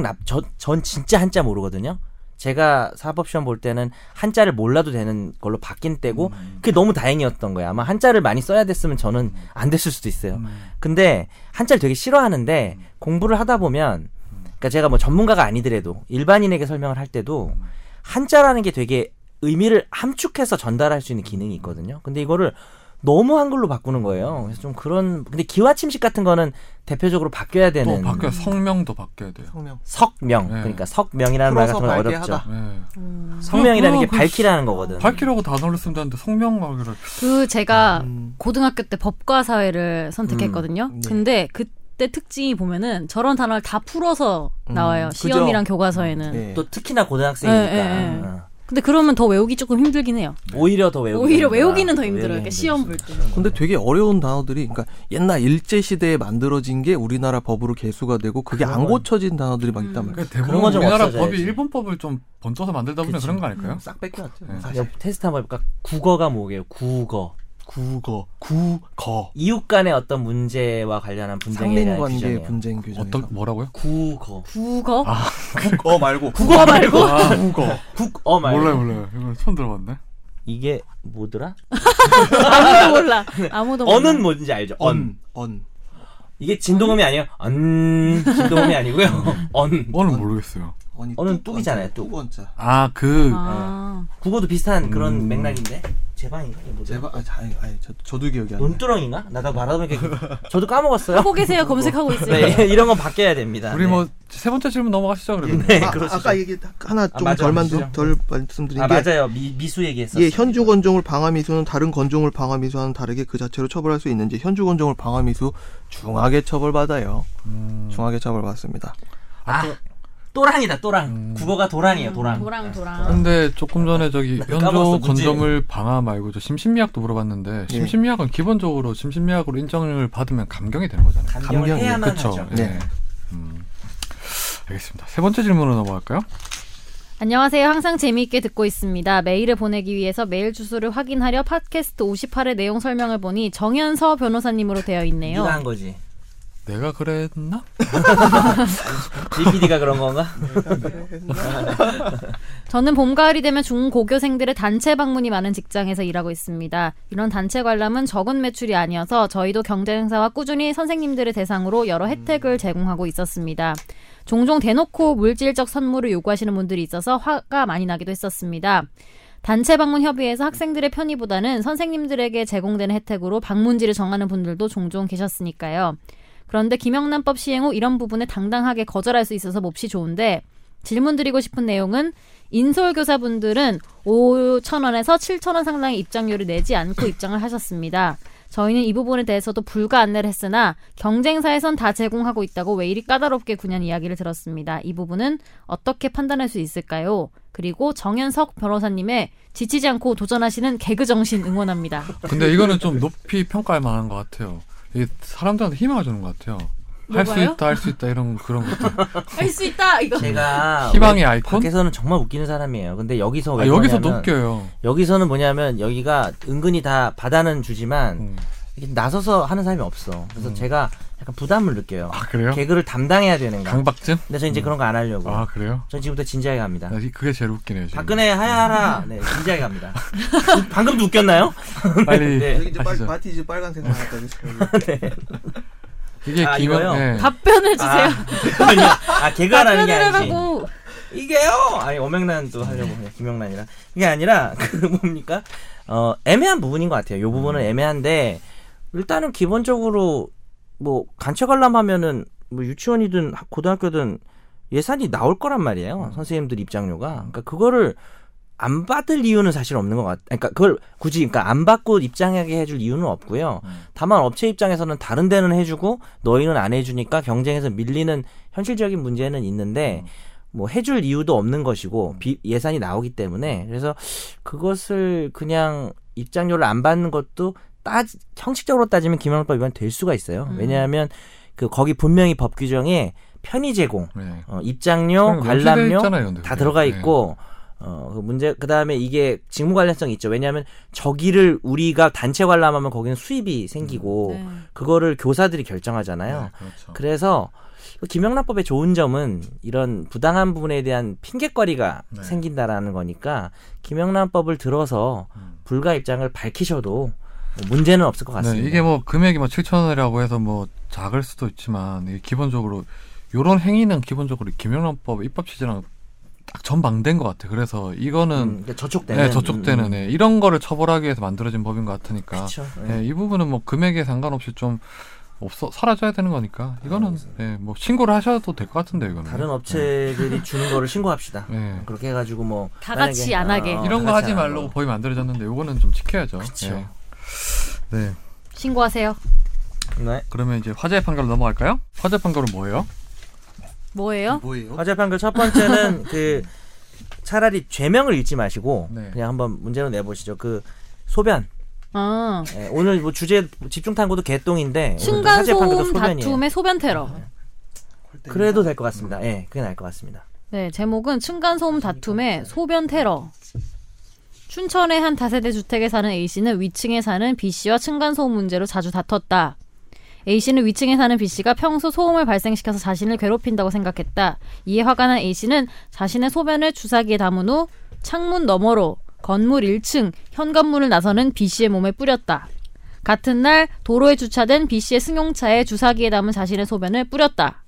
Speaker 2: 게꼭전 진짜 한자 모르거든요. 제가 사법 시험 볼 때는 한자를 몰라도 되는 걸로 바뀐 때고
Speaker 1: 음.
Speaker 2: 그게 너무 다행이었던 거예요. 아마 한자를 많이 써야 됐으면 저는 안 됐을 수도 있어요.
Speaker 1: 음.
Speaker 2: 근데 한자를 되게 싫어하는데
Speaker 4: 음.
Speaker 2: 공부를 하다 보면
Speaker 4: 음.
Speaker 2: 그러니까 제가 뭐 전문가가 아니더라도 일반인에게 설명을 할 때도 한자라는 게 되게 의미를 함축해서 전달할 수 있는
Speaker 4: 음.
Speaker 2: 기능이 있거든요. 근데 이거를 너무 한글로 바꾸는 거예요. 그래서 좀 그런 근데 기와 침식 같은 거는 대표적으로 바뀌어야
Speaker 1: 또
Speaker 2: 되는
Speaker 1: 바뀌어 성명도 바뀌어야 돼요.
Speaker 3: 성명.
Speaker 2: 석명
Speaker 1: 네.
Speaker 2: 그러니까 석명이라는 말
Speaker 3: 풀어서
Speaker 2: 같은 건
Speaker 3: 밝게
Speaker 2: 어렵죠.
Speaker 3: 하다.
Speaker 1: 네.
Speaker 4: 음,
Speaker 2: 성명이라는 게
Speaker 1: 그거
Speaker 2: 밝히라는 거거든.
Speaker 1: 밝히라고 단어를 쓰면 되는데 성명하기를
Speaker 4: 그 제가
Speaker 3: 음.
Speaker 4: 고등학교 때 법과 사회를 선택했거든요.
Speaker 3: 음, 네.
Speaker 4: 근데 그때 특징이 보면은 저런 단어를 다 풀어서
Speaker 3: 음,
Speaker 4: 나와요.
Speaker 3: 그죠?
Speaker 4: 시험이랑 교과서에는.
Speaker 3: 예.
Speaker 2: 또 특히나 고등학생이니까
Speaker 4: 네, 네, 네.
Speaker 2: 어.
Speaker 4: 근데 그러면 더 외우기 조금 힘들긴 해요.
Speaker 2: 오히려 더 외우기
Speaker 4: 오히려
Speaker 2: 힘들다.
Speaker 4: 외우기는 더 힘들어요.
Speaker 2: 외우기
Speaker 4: 이렇게 시험 볼
Speaker 2: 힘들다.
Speaker 4: 때.
Speaker 3: 근데 되게 어려운 단어들이 그러니까 옛날 일제 시대에 만들어진 게 우리나라 법으로 개수가 되고 그게
Speaker 2: 그런
Speaker 3: 안
Speaker 2: 건-
Speaker 3: 고쳐진 단어들이 막 있단 말이에요.
Speaker 1: 그러니까 대부분
Speaker 2: 그런 건좀
Speaker 1: 우리나라
Speaker 2: 없어져야지.
Speaker 1: 법이 일본 법을 좀 번져서 만들다 보면
Speaker 2: 그치. 음.
Speaker 1: 그런거 아닐까요?
Speaker 3: 싹 뺏겨왔죠.
Speaker 1: 네.
Speaker 3: 사실.
Speaker 2: 옆 테스트 한번 해볼까? 국어가 뭐게요? 국어.
Speaker 3: 국어, 구거,
Speaker 2: 이웃 간의 어떤 문제와 관련한 분쟁에 대한
Speaker 3: 상린관계
Speaker 2: 규정이에요.
Speaker 3: 분쟁 규정.
Speaker 1: 어떤 뭐라고요?
Speaker 2: 국어.
Speaker 4: 국어?
Speaker 2: 아.
Speaker 3: 국어 말고
Speaker 2: 국어 말고?
Speaker 1: 아,
Speaker 3: 국어.
Speaker 2: 국어 말고.
Speaker 1: 몰라요, 몰라요. 이거 처음 들어봤네.
Speaker 2: 이게 뭐더라?
Speaker 4: 아무도 몰라. 아무도 몰라.
Speaker 2: 언은 뭔지 알죠? 언.
Speaker 3: 언, 언.
Speaker 2: 이게 진동음이 아니에요. 언. 진동음이 아니고요. 언.
Speaker 1: 오늘 모르겠어요.
Speaker 3: 언이
Speaker 2: 언은
Speaker 3: 뚝
Speaker 2: 뚝이잖아요,
Speaker 3: 원자,
Speaker 2: 뚝.
Speaker 3: 뚝 원자.
Speaker 1: 아, 그
Speaker 4: 아.
Speaker 2: 국어도 비슷한 그런
Speaker 1: 음.
Speaker 2: 맥락인데. 제방인가? 이게 뭐죠?
Speaker 3: 제발, 아, 아니, 아니, 저, 저도 기억이 안 나.
Speaker 2: 논두렁인가? 나가 말하다보니까 저도 까먹었어요.
Speaker 4: 하고 계세요. 검색하고 있어요.
Speaker 2: 네, 이런 건 바뀌어야 됩니다.
Speaker 1: 우리
Speaker 2: 네.
Speaker 1: 뭐 세 번째 질문 넘어가시죠, 그러면.
Speaker 2: 네,
Speaker 3: 아,
Speaker 2: 그렇죠.
Speaker 3: 아까 얘기 딱 하나
Speaker 2: 맞아요,
Speaker 3: 좀덜 만든
Speaker 2: 맞죠.
Speaker 3: 덜 말씀드린
Speaker 2: 아
Speaker 3: 게
Speaker 2: 맞아요. 미, 미수 얘기했었어요.
Speaker 3: 예, 현주 건종을 방아미수는 다른 건종을 방아미수와는 다르게 그 자체로 처벌할 수 있는지 현주 건종을 방아미수 중하게 처벌받아요.
Speaker 1: 음.
Speaker 3: 중하게 처벌받습니다.
Speaker 2: 아, 또랑이다, 또랑.
Speaker 1: 음.
Speaker 2: 국어가 도랑이에요, 네. 음. 도랑.
Speaker 4: 도랑, 도랑.
Speaker 1: 근데 조금 전에 저기
Speaker 2: 나 네, 까먹었어,
Speaker 1: 현조
Speaker 2: 문제.
Speaker 1: 건조물 방아 말고 저 심신미약도 물어봤는데
Speaker 3: 예.
Speaker 1: 심신미약은 기본적으로 심신미약으로 인정을 받으면 감경이 되는 거잖아요.
Speaker 2: 감경을
Speaker 3: 감경이요.
Speaker 2: 해야만
Speaker 1: 그렇죠.
Speaker 2: 하죠.
Speaker 1: 예.
Speaker 3: 네.
Speaker 1: 음. 알겠습니다. 세 번째 질문으로 넘어갈까요?
Speaker 4: 안녕하세요. 항상 재미있게 듣고 있습니다. 메일을 보내기 위해서 메일 주소를 확인하려 팟캐스트 58의 내용 설명을 보니 정현서 변호사님으로 되어 있네요.
Speaker 2: 네가 한 거지.
Speaker 1: 내가 그랬나?
Speaker 2: GPD가 그런 건가?
Speaker 1: 네.
Speaker 4: 저는 봄, 가을이 되면 중고교생들의 단체 방문이 많은 직장에서 일하고 있습니다. 이런 단체 관람은 적은 매출이 아니어서 저희도 경제 행사와 꾸준히 선생님들을 대상으로 여러 혜택을 제공하고 있었습니다. 종종 대놓고 물질적 선물을 요구하시는 분들이 있어서 화가 많이 나기도 했었습니다. 단체 방문 협의에서 학생들의 편의보다는 선생님들에게 제공되는 혜택으로 방문지를 정하는 분들도 종종 계셨으니까요. 그런데 김영란법 시행 후 이런 부분에 당당하게 거절할 수 있어서 몹시 좋은데 질문 드리고 싶은 내용은 인솔 교사분들은 5천 원에서 7천 원 상당의 입장료를 내지 않고 입장을 하셨습니다. 저희는 이 부분에 대해서도 불가 안내를 했으나 경쟁사에선 다 제공하고 있다고 왜 이리 까다롭게 구냐는 이야기를 들었습니다. 이 부분은 어떻게 판단할 수 있을까요? 그리고 정현석 변호사님의 지치지 않고 도전하시는 개그 정신 응원합니다.
Speaker 1: 근데 이거는 좀 높이 평가할 만한 것 같아요. 이게 사람들한테 희망을 주는 것 같아요. 할 수
Speaker 4: 뭐가요?
Speaker 1: 있다, 할 수 있다 이런 그런
Speaker 2: 어,
Speaker 1: 것들.
Speaker 4: 할 수 있다 이거.
Speaker 2: 제가
Speaker 1: 희망의 아이콘.
Speaker 2: 밖에서는 정말 웃기는 사람이에요. 근데 여기서 왜
Speaker 1: 아, 여기서
Speaker 2: 그러냐면
Speaker 1: 높여요.
Speaker 2: 여기서는 뭐냐면 여기가 은근히 다 바다는 주지만
Speaker 1: 음.
Speaker 2: 이렇게 나서서 하는 사람이 없어. 그래서 제가 약간 부담을 느껴요.
Speaker 1: 아 그래요?
Speaker 2: 개그를 담당해야 되는 거.
Speaker 1: 강박증?
Speaker 2: 근데 저 이제 그런 거 안 하려고.
Speaker 1: 아 그래요?
Speaker 2: 전 지금부터 진지하게 갑니다.
Speaker 1: 나 이- 그게 제일 웃기네요. 지금.
Speaker 2: 박근혜 하야하라. 네, 진지하게 갑니다. 방금도 웃겼나요?
Speaker 1: 빨리
Speaker 2: 네.
Speaker 3: 여기 이제 빨,
Speaker 1: 아시죠?
Speaker 3: 바티즈 빨간색 나왔다.
Speaker 1: 이게
Speaker 2: 아,
Speaker 1: 기면
Speaker 2: 이거요?
Speaker 1: 예.
Speaker 4: 네. 답변을 주세요.
Speaker 2: 아니요. 아, 개그하라는 아, 게
Speaker 4: 답변을
Speaker 2: 아니지.
Speaker 4: 하고
Speaker 2: 이게요. 아니 오명란도 하려고 해요. 김영란이라 이게 아니라 그 뭡니까? 어 애매한 부분인 것 같아요. 요 부분은 애매한데 일단은 기본적으로 뭐 단체 관람하면은 뭐 유치원이든 학- 고등학교든 예산이 나올 거란 말이에요. 선생님들 입장료가 그러니까 그거를 안 받을 이유는 사실 없는 것 같. 그러니까 그걸 굳이 그러니까 안 받고 입장하게 해줄 이유는 없고요. 다만 업체 입장에서는 다른 데는 해주고 너희는 안 해주니까 경쟁에서 밀리는 현실적인 문제는 있는데 뭐 해줄 이유도 없는 것이고 비- 예산이 나오기 때문에 그래서 그것을 그냥 입장료를 안 받는 것도 따지, 형식적으로 따지면 김영란법 위반 될 수가 있어요.
Speaker 4: 음.
Speaker 2: 왜냐하면 그 거기 분명히 법 규정에 편의 제공,
Speaker 1: 네.
Speaker 2: 어, 입장료, 관람료 다 들어가 있고 어, 그 문제 그다음에 이게 직무 관련성이 있죠. 왜냐하면 저기를 우리가 단체 관람하면 거기는 수입이 생기고
Speaker 4: 네.
Speaker 2: 그거를 교사들이 결정하잖아요.
Speaker 1: 그렇죠.
Speaker 2: 그래서 그 김영란법의 좋은 점은 이런 부당한 부분에 대한 핑계거리가
Speaker 1: 네.
Speaker 2: 생긴다라는 거니까 김영란법을 들어서
Speaker 1: 음.
Speaker 2: 불가 입장을 밝히셔도 뭐 문제는 없을 것
Speaker 1: 네,
Speaker 2: 같습니다.
Speaker 1: 이게 뭐 금액이 뭐 7천 원이라고 해서 뭐 작을 수도 있지만 이게 기본적으로 요런 행위는 기본적으로 김영란법 입법 취지랑 딱 전방된 것 같아. 그래서 이거는
Speaker 2: 음, 그러니까 저촉되는 음,
Speaker 1: 네, 저촉되는 네, 이런 거를 처벌하기 위해서 만들어진 법인 것 같으니까
Speaker 2: 그렇죠.
Speaker 1: 네, 이 부분은 뭐 금액에 상관없이 좀 없어 사라져야 되는 거니까 이거는 네, 뭐 신고를 하셔도 될 것 같은데 이거는
Speaker 2: 아, 다른 업체들이 주는 거를 신고합시다.
Speaker 1: 네.
Speaker 2: 그렇게 해가지고 뭐
Speaker 4: 다 같이
Speaker 2: 만약에-
Speaker 4: 안 하게.
Speaker 2: 어, 그렇죠.
Speaker 1: 이런
Speaker 2: 다
Speaker 1: 거
Speaker 2: 같이
Speaker 1: 하지
Speaker 2: 안 하고.
Speaker 1: 말라고 법이 만들어졌는데 요거는 좀 지켜야죠.
Speaker 2: 그쵸.
Speaker 1: 예. 네.
Speaker 4: 신고하세요.
Speaker 2: 네.
Speaker 1: 그러면 이제 화재 판결로 넘어갈까요? 화재 판결은 뭐예요?
Speaker 4: 뭐예요?
Speaker 3: 뭐예요?
Speaker 2: 화재 판결 첫 번째는 그 차라리 죄명을 읽지 마시고
Speaker 1: 네.
Speaker 2: 그냥 한번 문제로 내보시죠. 그 소변.
Speaker 4: 아,
Speaker 2: 예, 오늘 뭐 주제 집중 탐구도 개똥인데 오늘도
Speaker 4: 순간
Speaker 2: 화재 판결도
Speaker 4: 소음
Speaker 2: 소변이에요.
Speaker 4: 다툼의 소변 테러.
Speaker 2: 그래도
Speaker 1: 음.
Speaker 2: 될 것 같습니다. 예, 그게 나을 것 같습니다.
Speaker 4: 네, 제목은 층간 소음 다툼의 소변 테러. 춘천의 한 다세대 주택에 사는 A 씨는 위층에 사는 B 씨와 층간 소음 문제로 자주 다퉜다. A 씨는 위층에 사는 B 씨가 평소 소음을 발생시켜서 자신을 괴롭힌다고 생각했다. 이에 화가 난 A 씨는 자신의 소변을 주사기에 담은 후 창문 너머로 건물 1층 현관문을 나서는 B 씨의 몸에 뿌렸다. 같은 날 도로에 주차된 B 씨의 승용차에 주사기에 담은 자신의 소변을 뿌렸다.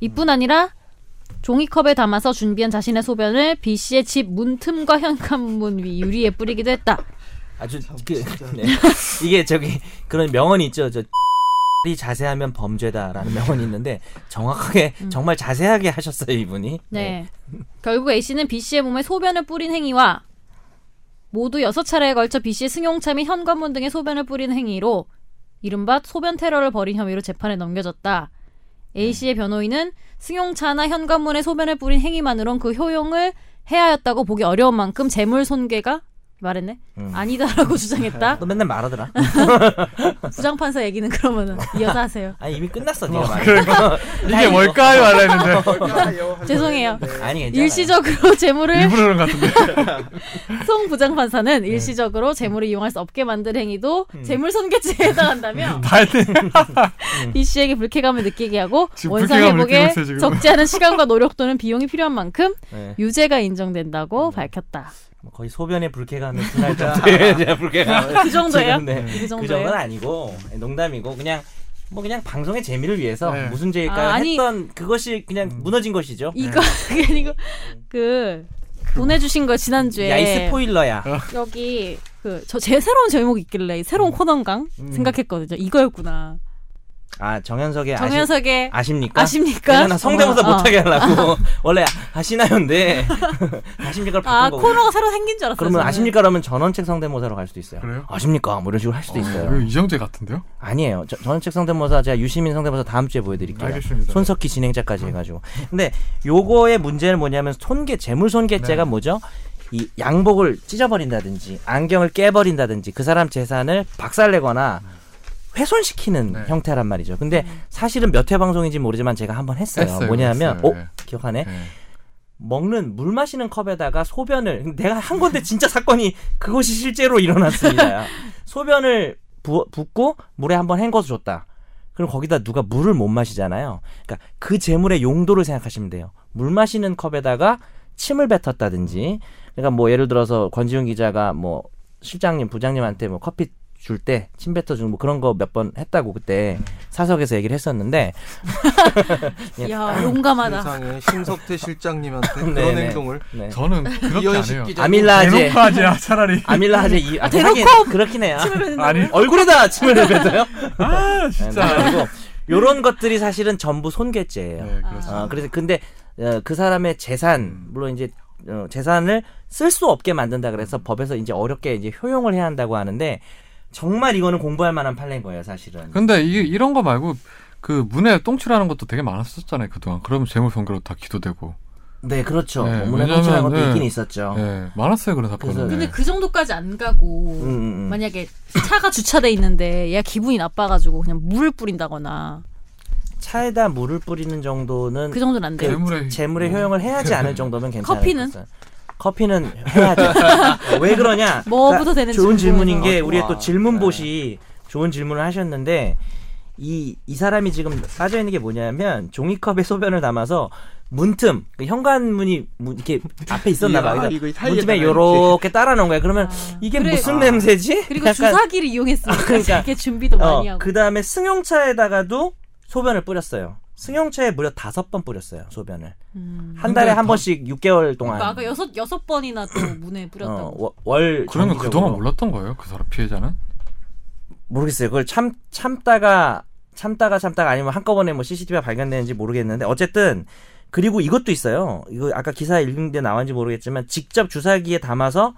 Speaker 4: 이뿐 아니라 종이컵에 담아서 준비한 자신의 소변을 B 씨의 집 문틈과 현관문 위 유리에 뿌리기도 했다.
Speaker 2: 아주 그 네. 이게 저기 그런 명언이 있죠. 저 이 자세하면 범죄다라는 명언이 있는데 정확하게 정말 자세하게 하셨어요 이분이.
Speaker 4: 음. 네. 결국 A 씨는 B 씨의 몸에 소변을 뿌린 행위와 모두 여섯 차례에 걸쳐 B 씨의 승용차 및 현관문 등에 소변을 뿌린 행위로 이른바 소변 테러를 벌인 혐의로 재판에 넘겨졌다. A 씨의 변호인은 승용차나 현관문에 소변을 뿌린 행위만으론 그 효용을 해하였다고 보기 어려운 만큼 재물 손괴가 말했네
Speaker 2: 음.
Speaker 4: 아니다라고 주장했다.
Speaker 2: 너 맨날 말하더라.
Speaker 4: 부장판사 얘기는 그러면 이어서 하세요.
Speaker 2: 아니 이미 끝났어 네가 말.
Speaker 1: 이게 뭘까요? 말라 했는데
Speaker 4: 죄송해요.
Speaker 2: 아니 아, 네, 괜찮아.
Speaker 4: 일시적으로 재물을
Speaker 1: 일부러 네. 그런 것 같은데.
Speaker 4: 송 부장판사는 일시적으로 재물을 이용할 수 없게 만든 행위도
Speaker 2: 음.
Speaker 4: 재물손괴죄에 해당한다며
Speaker 1: 다했네.
Speaker 2: 음.
Speaker 4: B 씨에게 불쾌감을 느끼게 하고
Speaker 1: 지금
Speaker 4: 원상
Speaker 1: 불쾌감을
Speaker 4: 회복에
Speaker 1: 느끼고 있어요, 지금.
Speaker 4: 적지 않은 시간과 노력 또는 비용이 필요한 만큼
Speaker 2: 네.
Speaker 4: 유죄가
Speaker 2: 음.
Speaker 4: 인정된다고 밝혔다.
Speaker 2: 뭐 거의 소변의 불쾌감이
Speaker 1: 네,
Speaker 2: 분할 정도의 이제 불쾌감.
Speaker 4: 그 정도예요?
Speaker 2: 지금, 네.
Speaker 4: 그
Speaker 2: 그
Speaker 4: 정도예요?
Speaker 2: 정도는 아니고 네, 농담이고 그냥 뭐 그냥 방송의 재미를 위해서
Speaker 1: 네. 음.
Speaker 2: 무슨 죄일까
Speaker 4: 아, 아니.
Speaker 2: 했던 그것이 그냥 무너진 것이죠.
Speaker 4: 이거 그게 아니고 그 보내주신 거 지난주에
Speaker 2: 야 이 스포일러야.
Speaker 1: 어.
Speaker 4: 여기 그 저 제 새로운 제목이 있길래 새로운
Speaker 2: 음.
Speaker 4: 코너인강 생각했거든요. 이거였구나.
Speaker 2: 아 정현석의
Speaker 4: 정현석의
Speaker 2: 아십, 십니까
Speaker 4: 아십니까?
Speaker 2: 나 성대모사
Speaker 4: 어, 어.
Speaker 2: 못하게 하려고 원래 아시나요인데 아십니까를 바꾼
Speaker 4: 아
Speaker 2: 거고.
Speaker 4: 코너가 새로 생긴 줄 알았어요.
Speaker 2: 그러면
Speaker 4: 저는.
Speaker 2: 아십니까라면 전원책 성대모사로 갈 수도 있어요.
Speaker 1: 그래요?
Speaker 2: 아십니까? 뭐 이런 식으로 할 수도 있어요.
Speaker 1: 이거 이정재 같은데요?
Speaker 2: 아니에요. 저, 전원책 성대모사 제가 유시민 성대모사 다음 주에 보여드릴게요.
Speaker 1: 알겠습니다. 음.
Speaker 2: 손석희 진행자까지 해가지고. 근데 요거의 문제는 뭐냐면 손괴 재물 손괴죄가
Speaker 1: 네.
Speaker 2: 뭐죠? 이 양복을 찢어버린다든지 안경을 깨버린다든지 그 사람 재산을 박살내거나 훼손시키는
Speaker 1: 네. 음.
Speaker 2: 형태란 말이죠. 근데 사실은 몇 회 방송인지 모르지만 제가 한번 했어요.
Speaker 1: 했어요,
Speaker 2: 뭐냐면,
Speaker 1: 했어요.
Speaker 2: 어?
Speaker 1: 네.
Speaker 2: 기억하네.
Speaker 1: 네.
Speaker 2: 먹는 물 마시는 컵에다가 소변을 내가 한 건데 진짜 사건이 그것이 실제로 일어났습니다. 소변을 부, 붓고 물에 한번 헹궈서 줬다. 그럼 거기다 누가 물을 못 마시잖아요. 그러니까 그 재물의 용도를 생각하시면 돼요. 물 마시는 컵에다가 침을 뱉었다든지. 그러니까 뭐 예를 들어서 권지훈 기자가 뭐 실장님, 부장님한테 뭐 커피 줄 때 침 뱉어주는 뭐 그런 거 몇 번 했다고 그때
Speaker 3: 음.
Speaker 2: 사석에서 얘기를 했었는데 예.
Speaker 4: 야 용감하다.
Speaker 3: 세상에 심석태 실장님한테
Speaker 2: 네,
Speaker 3: 그런
Speaker 2: 네.
Speaker 3: 행동을
Speaker 2: 네.
Speaker 1: 저는 그렇게 안
Speaker 3: 이현식
Speaker 1: 해요.
Speaker 3: 기자
Speaker 2: 아밀라제
Speaker 1: 대놓고 하지 아, 차라리.
Speaker 2: 아밀라제 이 아,
Speaker 4: 대놓고
Speaker 2: 하긴 그렇긴 해요.
Speaker 1: 아니
Speaker 2: 얼굴에다 침을 내뱉어요? 네,
Speaker 1: 아 진짜.
Speaker 2: 그리고 요런 것들이 사실은 전부 손괴죄예요.
Speaker 1: 네, 그렇죠.
Speaker 2: 어, 그래서 근데 어, 그 사람의 재산 물론 이제 어, 재산을 쓸 수 없게 만든다 그래서 법에서 이제 어렵게 이제 효용을 해야 한다고 하는데 정말 이거는 공부할 만한 판례인 거예요, 사실은.
Speaker 1: 근데 이게 이런 거 말고 그 문에 똥칠하는 것도 되게 많았었잖아요 그동안. 그럼 재물 손괴로 다 기도되고.
Speaker 2: 네, 그렇죠.
Speaker 1: 네,
Speaker 2: 문에
Speaker 1: 왜냐면,
Speaker 2: 통치하는 것도
Speaker 1: 네.
Speaker 2: 있긴 있었죠.
Speaker 1: 네, 많았어요 그런 사건은.
Speaker 2: 아. 그래서-
Speaker 4: 근데 그 정도까지 안 가고
Speaker 2: 네. 음, 음, 음.
Speaker 4: 만약에 차가 주차돼 있는데 얘가 기분이 나빠가지고 그냥 물을 뿌린다거나
Speaker 2: 차에다 물을 뿌리는 정도는
Speaker 4: 그 정도는 안 돼요.
Speaker 1: 재물의
Speaker 2: 재물의
Speaker 3: 음.
Speaker 2: 효용을 해야지 않을 정도면 괜찮아요.
Speaker 4: 커피는?
Speaker 2: 커피는 해야죠. 왜 그러냐?
Speaker 4: 뭐부터 되는지
Speaker 2: 좋은
Speaker 4: 궁금해서.
Speaker 2: 질문인 게 우리의 또
Speaker 3: 와. 네.
Speaker 2: 질문봇이 좋은 질문을 하셨는데 이, 이 사람이 지금 빠져 있는 게 뭐냐면 종이컵에 소변을 담아서 문틈 그 현관문이 문- 이렇게 앞에 있었나 봐.
Speaker 3: 이야,
Speaker 2: 그러니까
Speaker 3: 이거 사이에다가
Speaker 2: 문틈에
Speaker 3: 이렇게.
Speaker 2: 요렇게 따라 놓은 거야. 그러면 이게
Speaker 4: 그래.
Speaker 2: 무슨
Speaker 4: 아.
Speaker 2: 냄새지?
Speaker 4: 그리고 주사기를 이용했으니까
Speaker 2: 그러니까.
Speaker 4: 이렇게 준비도 많이 하고
Speaker 2: 그 다음에 승용차에다가도 소변을 뿌렸어요. 승용차에 무려 다섯 번 뿌렸어요 소변을
Speaker 4: 음.
Speaker 2: 한 달에
Speaker 1: 근데
Speaker 2: 한
Speaker 1: 다-
Speaker 2: 번씩 6개월 동안
Speaker 5: 아까 여섯 여섯 번이나 또 문에
Speaker 2: 어,
Speaker 5: 뿌렸다고.
Speaker 2: 워- 월
Speaker 1: 그러면
Speaker 2: 정기적으로.
Speaker 1: 그동안 몰랐던 거예요? 그 사람 피해자는?
Speaker 2: 모르겠어요 그걸 참 참다가 참다가 참다가 아니면 한꺼번에 뭐 CCTV가 발견되는지 모르겠는데 어쨌든 그리고 이것도 있어요 이거 아까 기사 읽는데 나왔는지 모르겠지만 직접 주사기에 담아서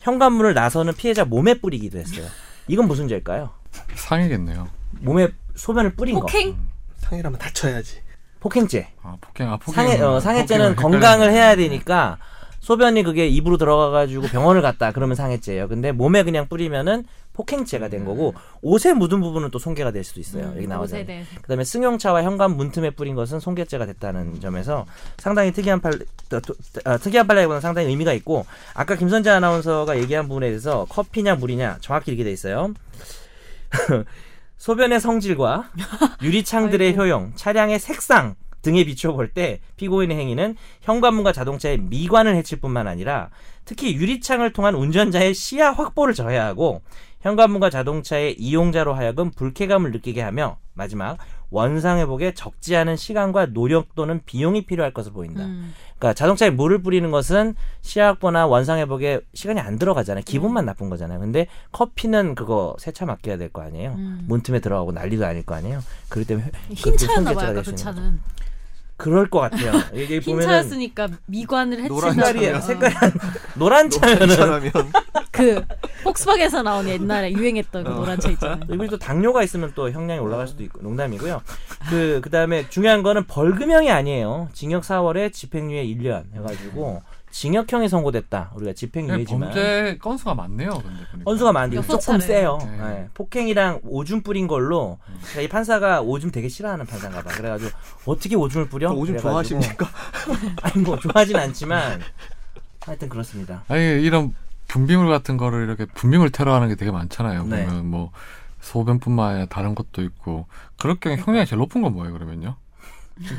Speaker 2: 현관문을 나서는 피해자 몸에 뿌리기도 했어요 이건 무슨 죄일까요
Speaker 1: 상이겠네요.
Speaker 2: 몸에 소변을 뿌린 거
Speaker 5: 폭행?
Speaker 3: 상이라면 다쳐야지.
Speaker 2: 폭행죄
Speaker 1: 아 폭행, 아 폭행.
Speaker 2: 상해 어, 상해죄는 건강을 해야 되니까 소변이 그게 입으로 들어가가지고 병원을 갔다 그러면 상해죄예요. 근데 몸에 그냥 뿌리면은 폭행죄가 된 거고
Speaker 1: 음.
Speaker 2: 옷에 묻은 부분은 또 손괴가 될 수도
Speaker 4: 음,
Speaker 2: 있어요. 여기 나오잖아요.
Speaker 5: 옷에 대해서.
Speaker 2: 그다음에 승용차와 현관 문틈에 뿌린 것은 손괴죄가 됐다는 점에서 상당히 특이한 판례, 어, 도- 어, 특이한 판례보다는 상당히 의미가 있고 아까 김선재 아나운서가 얘기한 부분에 대해서 커피냐 물이냐 정확히 이렇게 돼 있어요. 소변의 성질과 유리창들의 효용, 차량의 색상 등에 비추어 볼 때 피고인의 행위는 현관문과 자동차의 미관을 해칠 뿐만 아니라 특히 유리창을 통한 운전자의 시야 확보를 저해하고 현관문과 자동차의 이용자로 하여금 불쾌감을 느끼게 하며 마지막 원상회복에 적지 않은 시간과 노력 또는 비용이 필요할 것으로 보인다.
Speaker 5: 음.
Speaker 2: 그러니까 자동차에 물을 뿌리는 것은 시야 확보나 원상 회복에 시간이 안 들어가잖아요.
Speaker 5: 음.
Speaker 2: 기분만 나쁜 거잖아요. 근데 커피는 그거 세차 맡겨야 될 거 아니에요.
Speaker 5: 음.
Speaker 2: 문틈에 들어가고 난리도 아닐 거 아니에요. 그렇기 때문에
Speaker 5: 흰 차였나 봐요. 아까
Speaker 2: 될수
Speaker 5: 그
Speaker 2: 있는
Speaker 5: 차는
Speaker 2: 그럴 것 같아요. 이게
Speaker 5: 흰
Speaker 2: 보면은
Speaker 5: 차였으니까 미관을
Speaker 3: 노란
Speaker 5: 해친다.
Speaker 2: 색깔이
Speaker 4: 어.
Speaker 2: 색깔이 노란
Speaker 3: 높은
Speaker 2: 차면은
Speaker 3: 사람이면
Speaker 5: 그 폭스바겐에서 나온 옛날에 유행했던 그
Speaker 3: 어.
Speaker 5: 노란 차 있잖아요.
Speaker 2: 그리고 또 당뇨가 있으면 또 형량이 올라갈 수도 있고 농담이고요. 그 그다음에 중요한 거는 벌금형이 아니에요. 징역 4월에 집행유예 1년 해가지고 징역형이 선고됐다. 우리가 집행유예지만
Speaker 1: 네, 범죄 건수가 많네요. 근데 보니까.
Speaker 2: 건수가 많은데
Speaker 5: 여섯
Speaker 2: 조금
Speaker 5: 차례.
Speaker 2: 세요.
Speaker 1: 네.
Speaker 2: 예, 폭행이랑 오줌 뿌린 걸로 그러니까 이 판사가 오줌 되게 싫어하는 판사인가 봐. 그래가지고 어떻게 오줌을 뿌려?
Speaker 3: 오줌
Speaker 2: 그래가지고
Speaker 3: 좋아하십니까?
Speaker 2: 아니 뭐 좋아하진 않지만 하여튼 그렇습니다.
Speaker 1: 아니 예, 이런 분비물 같은 거를 이렇게 분비물 테러하는 게 되게 많잖아요.
Speaker 2: 네.
Speaker 1: 보면 뭐 소변뿐만 아니라 다른 것도 있고 그럴 경우 형량이 제일 높은 건 뭐예요 그러면요?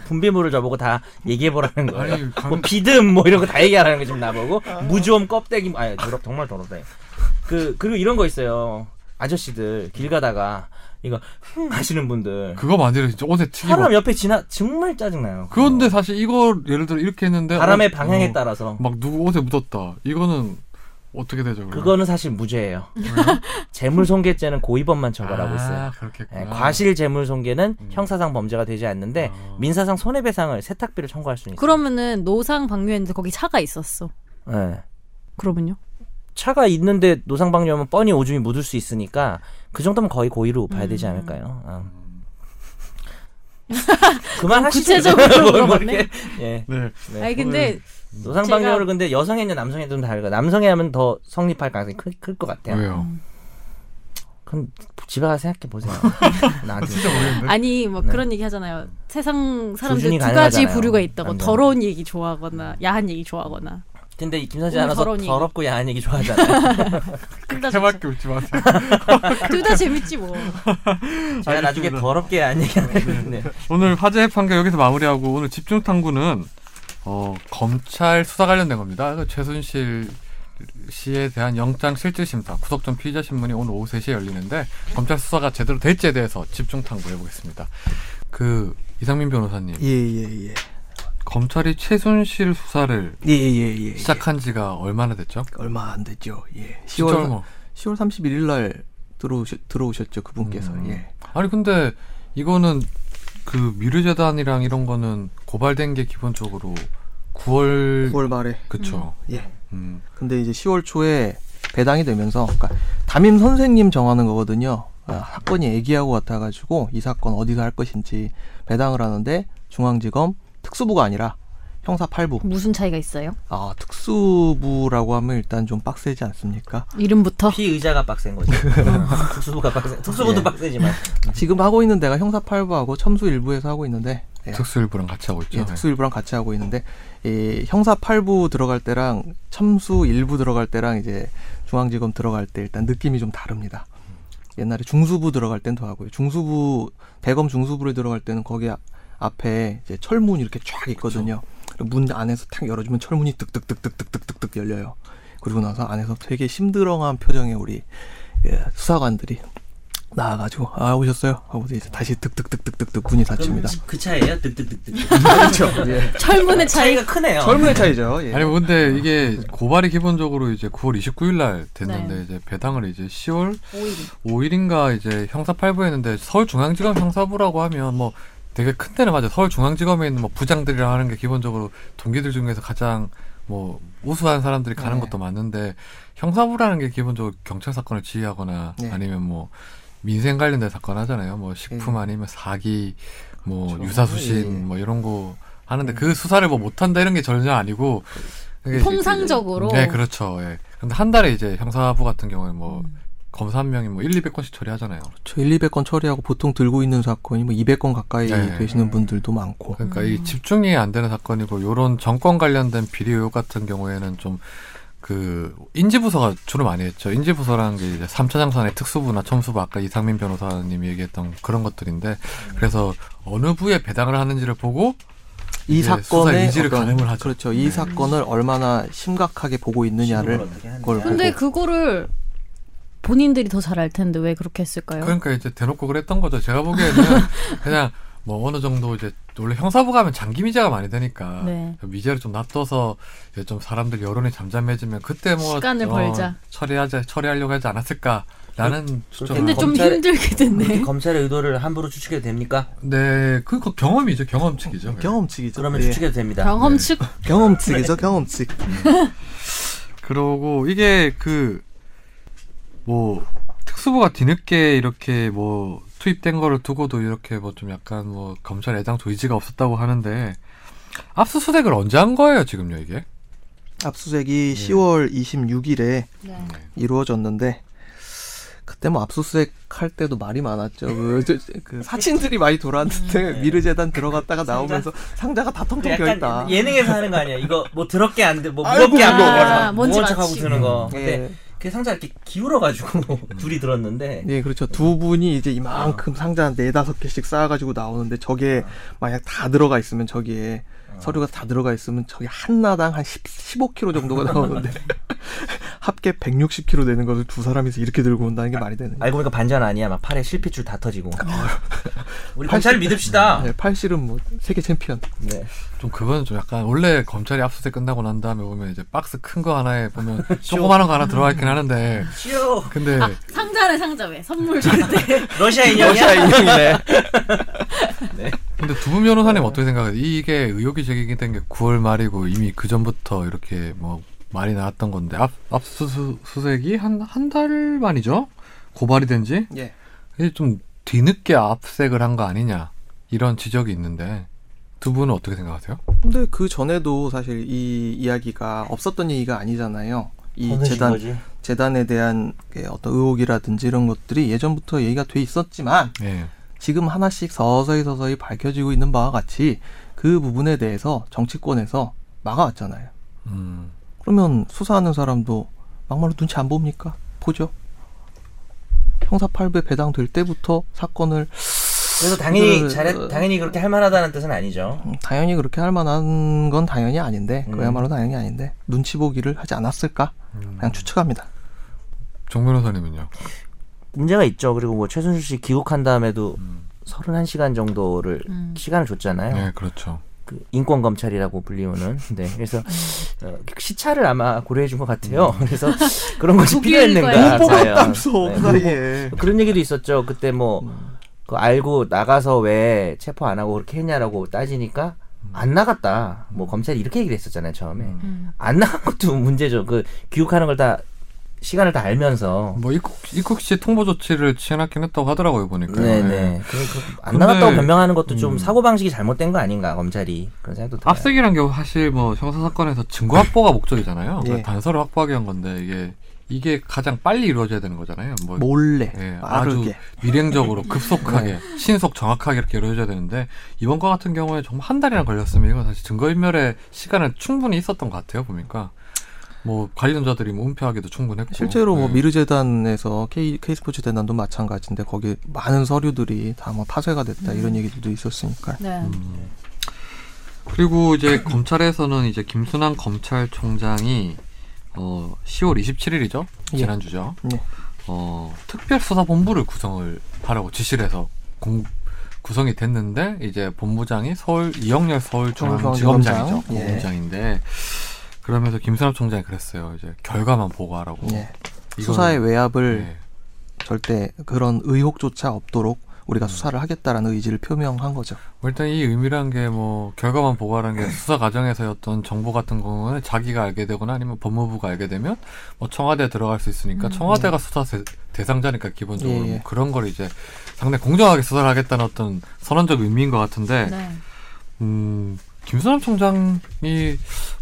Speaker 2: 분비물을 저보고 다 얘기해보라는 거예요.
Speaker 1: 아니
Speaker 2: 뭐
Speaker 1: 강,
Speaker 2: 비듬 뭐 이런 거 다 얘기하라는 거 지금 나보고 무좀 껍데기 아 더럽 정말 더럽다. 이거. 그 그리고 이런 거 있어요. 아저씨들 길 가다가 이거 흥 하시는 분들
Speaker 1: 그거 만지면 진짜 옷에 튀기고
Speaker 2: 사람 옆에 지나 정말 짜증나요.
Speaker 1: 그건데 사실 이거 예를 들어 이렇게 했는데
Speaker 2: 바람의
Speaker 1: 옷-
Speaker 2: 방향에
Speaker 1: 어,
Speaker 2: 따라서
Speaker 1: 막 누구 옷에 묻었다 이거는 어떻게 되죠 그러면?
Speaker 2: 그거는 사실 무죄예요. 재물손괴죄는 고의범만 처벌하고 있어요.
Speaker 1: 네? 아, 그렇겠구나.
Speaker 2: 예, 과실 재물손괴는
Speaker 1: 음.
Speaker 2: 형사상 범죄가 되지 않는데
Speaker 1: 아.
Speaker 2: 민사상 손해배상을 세탁비를 청구할 수 있어요.
Speaker 4: 그러면은 노상 방뇨했는데 거기 차가 있었어.
Speaker 2: 예.
Speaker 4: 그러면요?
Speaker 2: 차가 있는데 노상방뇨하면 뻔히 오줌이 묻을 수 있으니까 그 정도면 거의 고의로 봐야 되지
Speaker 5: 음.
Speaker 2: 않을까요? 아. 그만하시죠.
Speaker 4: 구체적으로
Speaker 2: 뭘
Speaker 4: 물어봤네.
Speaker 2: 그렇게. 예.
Speaker 1: 네.
Speaker 5: 아니 근데
Speaker 2: 노상방뇨를
Speaker 5: 제가-
Speaker 2: 근데 여성애냐 남성애냐는 다르고 남성애 하면 더 성립할 가능성이 클 것 같아요.
Speaker 1: 왜요?
Speaker 2: 그럼 집에 가서 생각해 보세요. 나한테.
Speaker 1: 진짜 모르겠는데.
Speaker 5: 아니 뭐
Speaker 2: 네.
Speaker 5: 그런 얘기 하잖아요. 세상 사람들
Speaker 2: 조준이
Speaker 5: 두 가지
Speaker 2: 가능하잖아요.
Speaker 5: 부류가 있다고
Speaker 2: 완전.
Speaker 5: 더러운 얘기 좋아하거나 야한 얘기 좋아하거나.
Speaker 2: 근데 이 김선재
Speaker 5: 오늘
Speaker 2: 아나서
Speaker 5: 더러운 얘기.
Speaker 2: 더럽고 야한 얘기 좋아하잖아요.
Speaker 1: 해맑게 웃지 마세요.
Speaker 5: 둘 다 재밌지 뭐.
Speaker 2: 제가 나중에 더럽게 야한 얘기 안 했는데.
Speaker 1: 오늘 화재 판결 여기서 마무리하고 오늘 집중 탐구는 어, 검찰 수사 관련된 겁니다. 그 최순실 씨에 대한 영장 실질 심사 구속전 피의자 신문이 오늘 오후 3시에 열리는데 검찰 수사가 제대로 될지에 대해서 집중 탐구해 보겠습니다. 그 이상민 변호사님,
Speaker 3: 예예예.
Speaker 1: 검찰이 최순실 수사를
Speaker 3: 예예예. 예,
Speaker 1: 시작한 지가 얼마나 됐죠? 뭐.
Speaker 3: 얼마 안 됐죠. 예.
Speaker 1: 진짜
Speaker 3: 10월
Speaker 1: 얼마?
Speaker 3: 10월 31일 날 들어오셔, 들어오셨죠 그분께서.
Speaker 1: 음.
Speaker 3: 예.
Speaker 1: 아니 근데 이거는 그 미르재단이랑 이런 거는 고발된 게 기본적으로 9월,
Speaker 3: 9월 말에.
Speaker 1: 그쵸?
Speaker 3: 예.
Speaker 1: 음.
Speaker 3: 근데 이제 10월 초에 배당이 되면서 그러니까 담임 선생님 정하는 거거든요. 아, 사건이 애기하고 같아가지고 이 사건 어디서 할 것인지 배당을 하는데 중앙지검 특수부가 아니라 형사 8부.
Speaker 4: 무슨 차이가 있어요?
Speaker 3: 아 특수부라고 하면 일단 좀 빡세지 않습니까?
Speaker 4: 이름부터
Speaker 2: 피의자가 빡센 거지. 특수부가 빡세. 특수부도
Speaker 3: 예.
Speaker 2: 빡세지만.
Speaker 3: 지금 하고 있는 데가 형사 8부하고 첨수 1부에서 하고 있는데 예.
Speaker 1: 특수일부랑 같이 하고 있죠. 네.
Speaker 3: 예, 특수일부랑 같이 하고 있는데 이 형사 8부 들어갈 때랑 첨수 1부 들어갈 때랑 이제 중앙지검 들어갈 때 일단 느낌이 좀 다릅니다. 옛날에 중수부 들어갈 땐 더 하고요. 중수부 대검 중수부를 들어갈 때는 거기 앞- 앞에 이제 철문 이렇게 쫙 있거든요. 문 안에서 탁 열어주면 철문이 뚝뚝뚝뚝뚝뚝뚝 열려요. 그리고 나서 안에서 되게 심드렁한 표정의 우리 예, 수사관들이 나와가지고 아 오셨어요 하고 이제 다시 득득득득득득 문이 닫힙니다.
Speaker 2: 그 차예요? 득득득득.
Speaker 3: 그렇죠. 예.
Speaker 5: 철문의 차이.
Speaker 2: 차이가 크네요.
Speaker 3: 젊은 차이죠. 예.
Speaker 1: 아니 뭐 근데 이게 고발이 기본적으로 이제 9월 29일 날 됐는데
Speaker 3: 네.
Speaker 1: 이제 배당을 이제 10월 5일인가 이제 형사 8부했는데 서울중앙지검 형사부라고 하면 뭐 되게 큰 데는 맞아. 요 서울중앙지검에 있는 뭐 부장들이라 하는 게 기본적으로 동기들 중에서 가장 뭐 우수한 사람들이 가는
Speaker 3: 네.
Speaker 1: 것도 맞는데 형사부라는 게 기본적으로 경찰 사건을 지휘하거나
Speaker 3: 네.
Speaker 1: 아니면 뭐 민생 관련된 사건 하잖아요. 뭐 식품
Speaker 3: 네.
Speaker 1: 아니면 사기, 뭐
Speaker 2: 그렇죠.
Speaker 1: 유사수신
Speaker 3: 예.
Speaker 1: 뭐 이런 거 하는데 그 수사를 뭐 못한다 이런 게 전혀 아니고 그게 이제
Speaker 5: 통상적으로.
Speaker 1: 네, 그렇죠. 예. 근데 한 달에 이제 형사부 같은 경우에 뭐 검사 한 명이 뭐 1, 200건씩 처리하잖아요.
Speaker 3: 저 1, 200건 처리하고 보통 들고 있는 사건이 뭐 200건 가까이
Speaker 1: 네.
Speaker 3: 되시는 분들도 많고.
Speaker 1: 그러니까 이 집중이 안 되는 사건이고 요런 정권 관련된 비리 의혹 같은 경우에는 좀 그 인지부서가 주로 많이 했죠. 인지부서라는 게 이제 3차 장산의 특수부나 첨수부 아까 이상민 변호사님이 얘기했던 그런 것들인데 그래서 어느 부에 배당을 하는지를 보고
Speaker 3: 이
Speaker 1: 이제 수사
Speaker 3: 사건의
Speaker 1: 인지를
Speaker 3: 어떤-
Speaker 1: 가늠을 하죠.
Speaker 3: 그렇죠. 이
Speaker 1: 네.
Speaker 3: 사건을 얼마나 심각하게 보고 있느냐를 그걸 보고
Speaker 5: 근데 그거를 본인들이 더 잘 알 텐데 왜 그렇게 했을까요?
Speaker 1: 그러니까 이제 대놓고 그랬던 거죠. 제가 보기에는 그냥 뭐 어느 정도 이제 원래 형사부 가면 장기 미제가 많이 되니까
Speaker 5: 네.
Speaker 1: 미제를 좀 놔둬서 이제 좀 사람들 여론이 잠잠해지면 그때 뭐
Speaker 5: 시간을
Speaker 1: 어,
Speaker 5: 벌자.
Speaker 1: 처리하자 처리하려고 하지 않았을까라는 추정.
Speaker 5: 근데 좀
Speaker 2: 검찰-
Speaker 5: 힘들게 됐네.
Speaker 2: 검찰의 의도를 함부로 추측해도 됩니까?
Speaker 1: 네, 그 그 경험이죠 아, 경험칙이죠.
Speaker 3: 경험칙이죠.
Speaker 2: 그러면
Speaker 3: 예.
Speaker 2: 추측해도 네. 됩니다.
Speaker 5: 경험
Speaker 1: 네.
Speaker 5: 측
Speaker 3: 경험칙이죠. 경험칙.
Speaker 1: 그러고 이게 그 뭐 특수부가 뒤늦게 이렇게 뭐 투입된 거를 두고도 이렇게 뭐 좀 약간 뭐 검찰 애당초 의지가 없었다고 하는데 압수수색을 언제 한 거예요 지금요 이게? 네.
Speaker 3: 압수수색이 10월 26일에
Speaker 5: 네.
Speaker 3: 이루어졌는데 그때 뭐 압수수색 할 때도 말이 많았죠. 그, 저- 저- 그 사진들이 많이
Speaker 2: 음,
Speaker 3: 돌았는데 미르재단 들어갔다가 나오면서 상자가 다 통통 비어 있다.
Speaker 2: 네. 약간 예능에서 하는 거 아니야? 이거 뭐 더럽게 안 들, 뭐
Speaker 3: 아이고,
Speaker 2: 무겁게 안
Speaker 5: 그거
Speaker 2: 들어.
Speaker 5: 맞아. 뭔지
Speaker 2: 무거운 척하고
Speaker 5: 맞지.
Speaker 2: 드는 거.
Speaker 3: 예.
Speaker 2: 근데 그 상자 이렇게 기울어가지고 둘이 들었는데
Speaker 3: 예, 그렇죠. 두 분이 이제 이만큼 상자 한 네다섯 개씩 쌓아가지고 아. 나오는데 저게 만약 다 들어가 있으면 저기에 서류가 다 들어가 있으면 저게 한나당 한 10, 15kg 정도가 나오는데 합계 160kg 되는 것을 두 사람이서 이렇게 들고 온다는 게 말이 되는 거예요.
Speaker 2: 알고 보니까 반전 아니야. 막 팔에 실핏줄 다 터지고. 우리 검찰을 믿읍시다.
Speaker 3: 아. 네, 팔씨름 뭐 세계 챔피언.
Speaker 2: 네.
Speaker 1: 좀 그건 좀 약간 원래 검찰이 압수수색 끝나고 난 다음에 보면 이제 박스 큰 거 하나에 보면 조그마한 거 하나 들어가 있긴 하는데
Speaker 2: 쇼
Speaker 1: 근데
Speaker 5: 상자네 상자 왜 선물 줄 때.
Speaker 2: 러시아 인형이야.
Speaker 3: 인형이네.
Speaker 1: 근데 두 분 변호사님 어떻게 생각하세요? 이게 의혹이 제기된 게 9월 말이고 이미 그 전부터 이렇게 뭐 말이 나왔던 건데 압, 압수수색이 한 한 달 만이죠 고발이 된지
Speaker 3: 예.
Speaker 1: 이게 좀 뒤늦게 압색을 한 거 아니냐 이런 지적이 있는데 두 분은 어떻게 생각하세요?
Speaker 3: 근데 그 전에도 사실 이 이야기가 없었던 얘기가 아니잖아요. 이 재단 재단에 대한 게 어떤 의혹이라든지 이런 것들이 예전부터 얘기가 돼 있었지만
Speaker 1: 예.
Speaker 3: 지금 하나씩 서서히 서서히 밝혀지고 있는 바와 같이 그 부분에 대해서 정치권에서 막아왔잖아요.
Speaker 1: 음.
Speaker 3: 그러면 수사하는 사람도 막말로 눈치 안 봅니까? 보죠. 형사 8부에 배당될 때부터 사건을
Speaker 2: 그래서 당연히
Speaker 3: 그-
Speaker 2: 잘했, 당연히 그렇게 할 만하다는 뜻은 아니죠.
Speaker 3: 음, 당연히 그렇게 할 만한 건 당연히 아닌데
Speaker 2: 음.
Speaker 3: 그야말로 당연히 아닌데 눈치 보기를 하지 않았을까?
Speaker 1: 음.
Speaker 3: 그냥 추측합니다.
Speaker 1: 정 변호사님은요?
Speaker 2: 문제가 있죠. 그리고 뭐 최순실 씨 귀국한 다음에도
Speaker 1: 음.
Speaker 2: 31시간 정도를
Speaker 5: 음.
Speaker 2: 시간을 줬잖아요.
Speaker 1: 네, 그렇죠.
Speaker 2: 그 인권 검찰이라고 불리우는. 네.
Speaker 5: 음.
Speaker 2: 그래서 어, 시차를 아마 고려해 준 것 같아요. 그래서 그런 것이
Speaker 5: 독일 거예요.
Speaker 2: 필요했는가.
Speaker 5: 못
Speaker 2: 과연. 네.
Speaker 3: 그 사이에.
Speaker 2: 그런 얘기도 있었죠. 그때 뭐, 그 알고 나가서 왜 체포 안 하고 그렇게 했냐라고 따지니까 안 나갔다. 뭐 검찰이 이렇게 얘기를 했었잖아요, 음. 처음에.
Speaker 5: 음.
Speaker 2: 안 나간 것도 문제죠. 그 귀국하는 걸 다, 시간을 다 알면서.
Speaker 1: 뭐 입국 입국 시 통보 조치를 취해놨긴 했다고 하더라고요 보니까.
Speaker 2: 네네. 그, 그, 안
Speaker 1: 근데-
Speaker 2: 나갔다고 변명하는 것도 좀
Speaker 1: 음.
Speaker 2: 사고방식이 잘못된 거 아닌가, 검찰이. 그런 생각도
Speaker 3: 네.
Speaker 5: 아,
Speaker 2: 들어요.
Speaker 1: 압색이란 게 사실 뭐 형사 사건에서 증거 확보가 목적이잖아요. 그러니까
Speaker 3: 예.
Speaker 1: 단서를 확보하기 위한 건데 이게 이게 가장 빨리 이루어져야 되는 거잖아요. 뭐
Speaker 3: 몰래
Speaker 1: 예, 아주
Speaker 3: 빠르게 네.
Speaker 1: 밀행적으로 급속하게 신속 정확하게 이렇게 이루어져야 되는데 이번 거 같은 경우에 정말 한 달이나 걸렸으면 이건 사실 증거인멸의 시간은 충분히 있었던 것 같아요 보니까 뭐 관련자들이 뭐 은폐하기도 충분했고
Speaker 3: 실제로 뭐
Speaker 1: 예.
Speaker 3: 미르재단에서 K K스포츠 재단도 마찬가지인데 거기 많은 서류들이 다 뭐 파쇄가 됐다 이런 얘기들도 있었으니까.
Speaker 5: 네.
Speaker 1: 그리고 이제 검찰에서는 이제 김순환 검찰총장이 어 10월 27일이죠
Speaker 3: 예.
Speaker 1: 지난주죠.
Speaker 3: 네.
Speaker 1: 어, 특별수사본부를 구성을 하라고 지시를 해서 공- 구성이 됐는데 이제 본부장이 서울 이영렬 서울중앙지검장이죠.
Speaker 3: 예.
Speaker 1: 공장인데 그러면서 김선엽 총장이 그랬어요. 이제 결과만 보고하라고.
Speaker 3: 예.
Speaker 1: 이거는-
Speaker 3: 수사의 외압을
Speaker 1: 네.
Speaker 3: 절대 그런 의혹조차 없도록 우리가 수사를 하겠다라는 의지를 표명한 거죠.
Speaker 1: 뭐 일단 이 의미란 게 뭐 결과만 보고하는 게 수사 과정에서 어떤 정보 같은 거는 자기가 알게 되거나 아니면 법무부가 알게 되면 뭐 청와대에 들어갈 수 있으니까 청와대가 수사 대- 대상자니까 기본적으로
Speaker 3: 음, 네. 예, 예.
Speaker 1: 뭐 그런 걸 이제 상당히 공정하게 수사를 하겠다는 어떤 선언적 의미인 것 같은데
Speaker 4: 네.
Speaker 1: 음, 김선남 총장이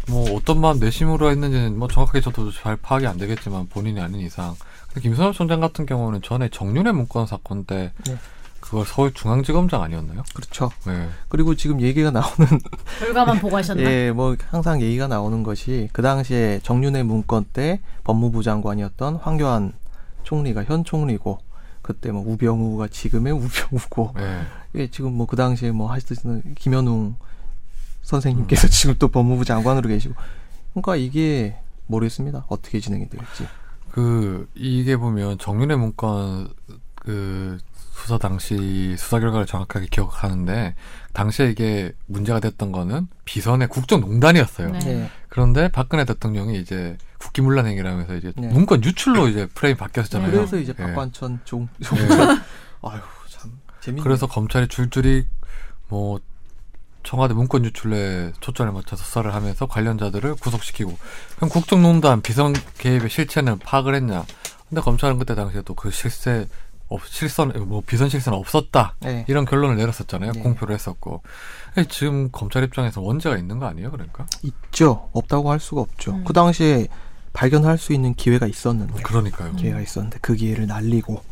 Speaker 1: 뭐 어떤 마음 내심으로 했는지는 뭐 정확하게 저도 잘 파악이 안 되겠지만 본인이 아닌 이상. 근데 김선남 총장 같은 경우는 전에 정윤회 문건 사건 때
Speaker 3: 네.
Speaker 1: 그걸 서울중앙지검장 아니었나요?
Speaker 3: 그렇죠.
Speaker 1: 네.
Speaker 3: 그리고 지금 얘기가 나오는
Speaker 5: 결과만 보고 하셨나?
Speaker 3: 예, 뭐 항상 얘기가 나오는 것이 그 당시에 정윤회 문건 때 법무부 장관이었던 황교안 총리가 현 총리고 그때 뭐 우병우가 지금의 우병우고
Speaker 1: 네.
Speaker 3: 예, 지금 뭐 그 당시에 뭐 하시던 김현웅 선생님께서
Speaker 1: 음.
Speaker 3: 지금 또 법무부 장관으로 계시고 그러니까 이게 모르겠습니다. 어떻게 진행이 될지.
Speaker 1: 그 이게 보면 정윤회 문건 그 수사 당시 수사 결과를 정확하게 기억하는데 당시에 이게 문제가 됐던 거는 비선의 국정농단이었어요.
Speaker 5: 네.
Speaker 3: 예.
Speaker 1: 그런데 박근혜 대통령이 이제 국기문란 행위라면서 이제
Speaker 3: 네.
Speaker 1: 문건 유출로 이제 프레임 바뀌었잖아요.
Speaker 3: 그래서 이제
Speaker 1: 예.
Speaker 3: 박관천 종, 종
Speaker 1: 예.
Speaker 3: 아유 참 재밌네.
Speaker 1: 그래서 검찰이 줄줄이 뭐 청와대 문건 유출에 초점을 맞춰 수사를 하면서 관련자들을 구속시키고 그럼 국정농단 비선 개입의 실체는 파악을 했냐? 근데 검찰은 그때 당시에 또 그 실세 없, 실선 뭐 비선 실세는 없었다
Speaker 3: 예.
Speaker 1: 이런 결론을 내렸었잖아요.
Speaker 3: 예.
Speaker 1: 공표를 했었고 예, 지금 검찰 입장에서 원죄가 있는 거 아니에요? 그러니까
Speaker 3: 있죠. 없다고 할 수가 없죠.
Speaker 5: 음.
Speaker 3: 그 당시에 발견할 수 있는 기회가 있었는데
Speaker 5: 음.
Speaker 1: 그러니까요.
Speaker 3: 기회가 있었는데 그 기회를 날리고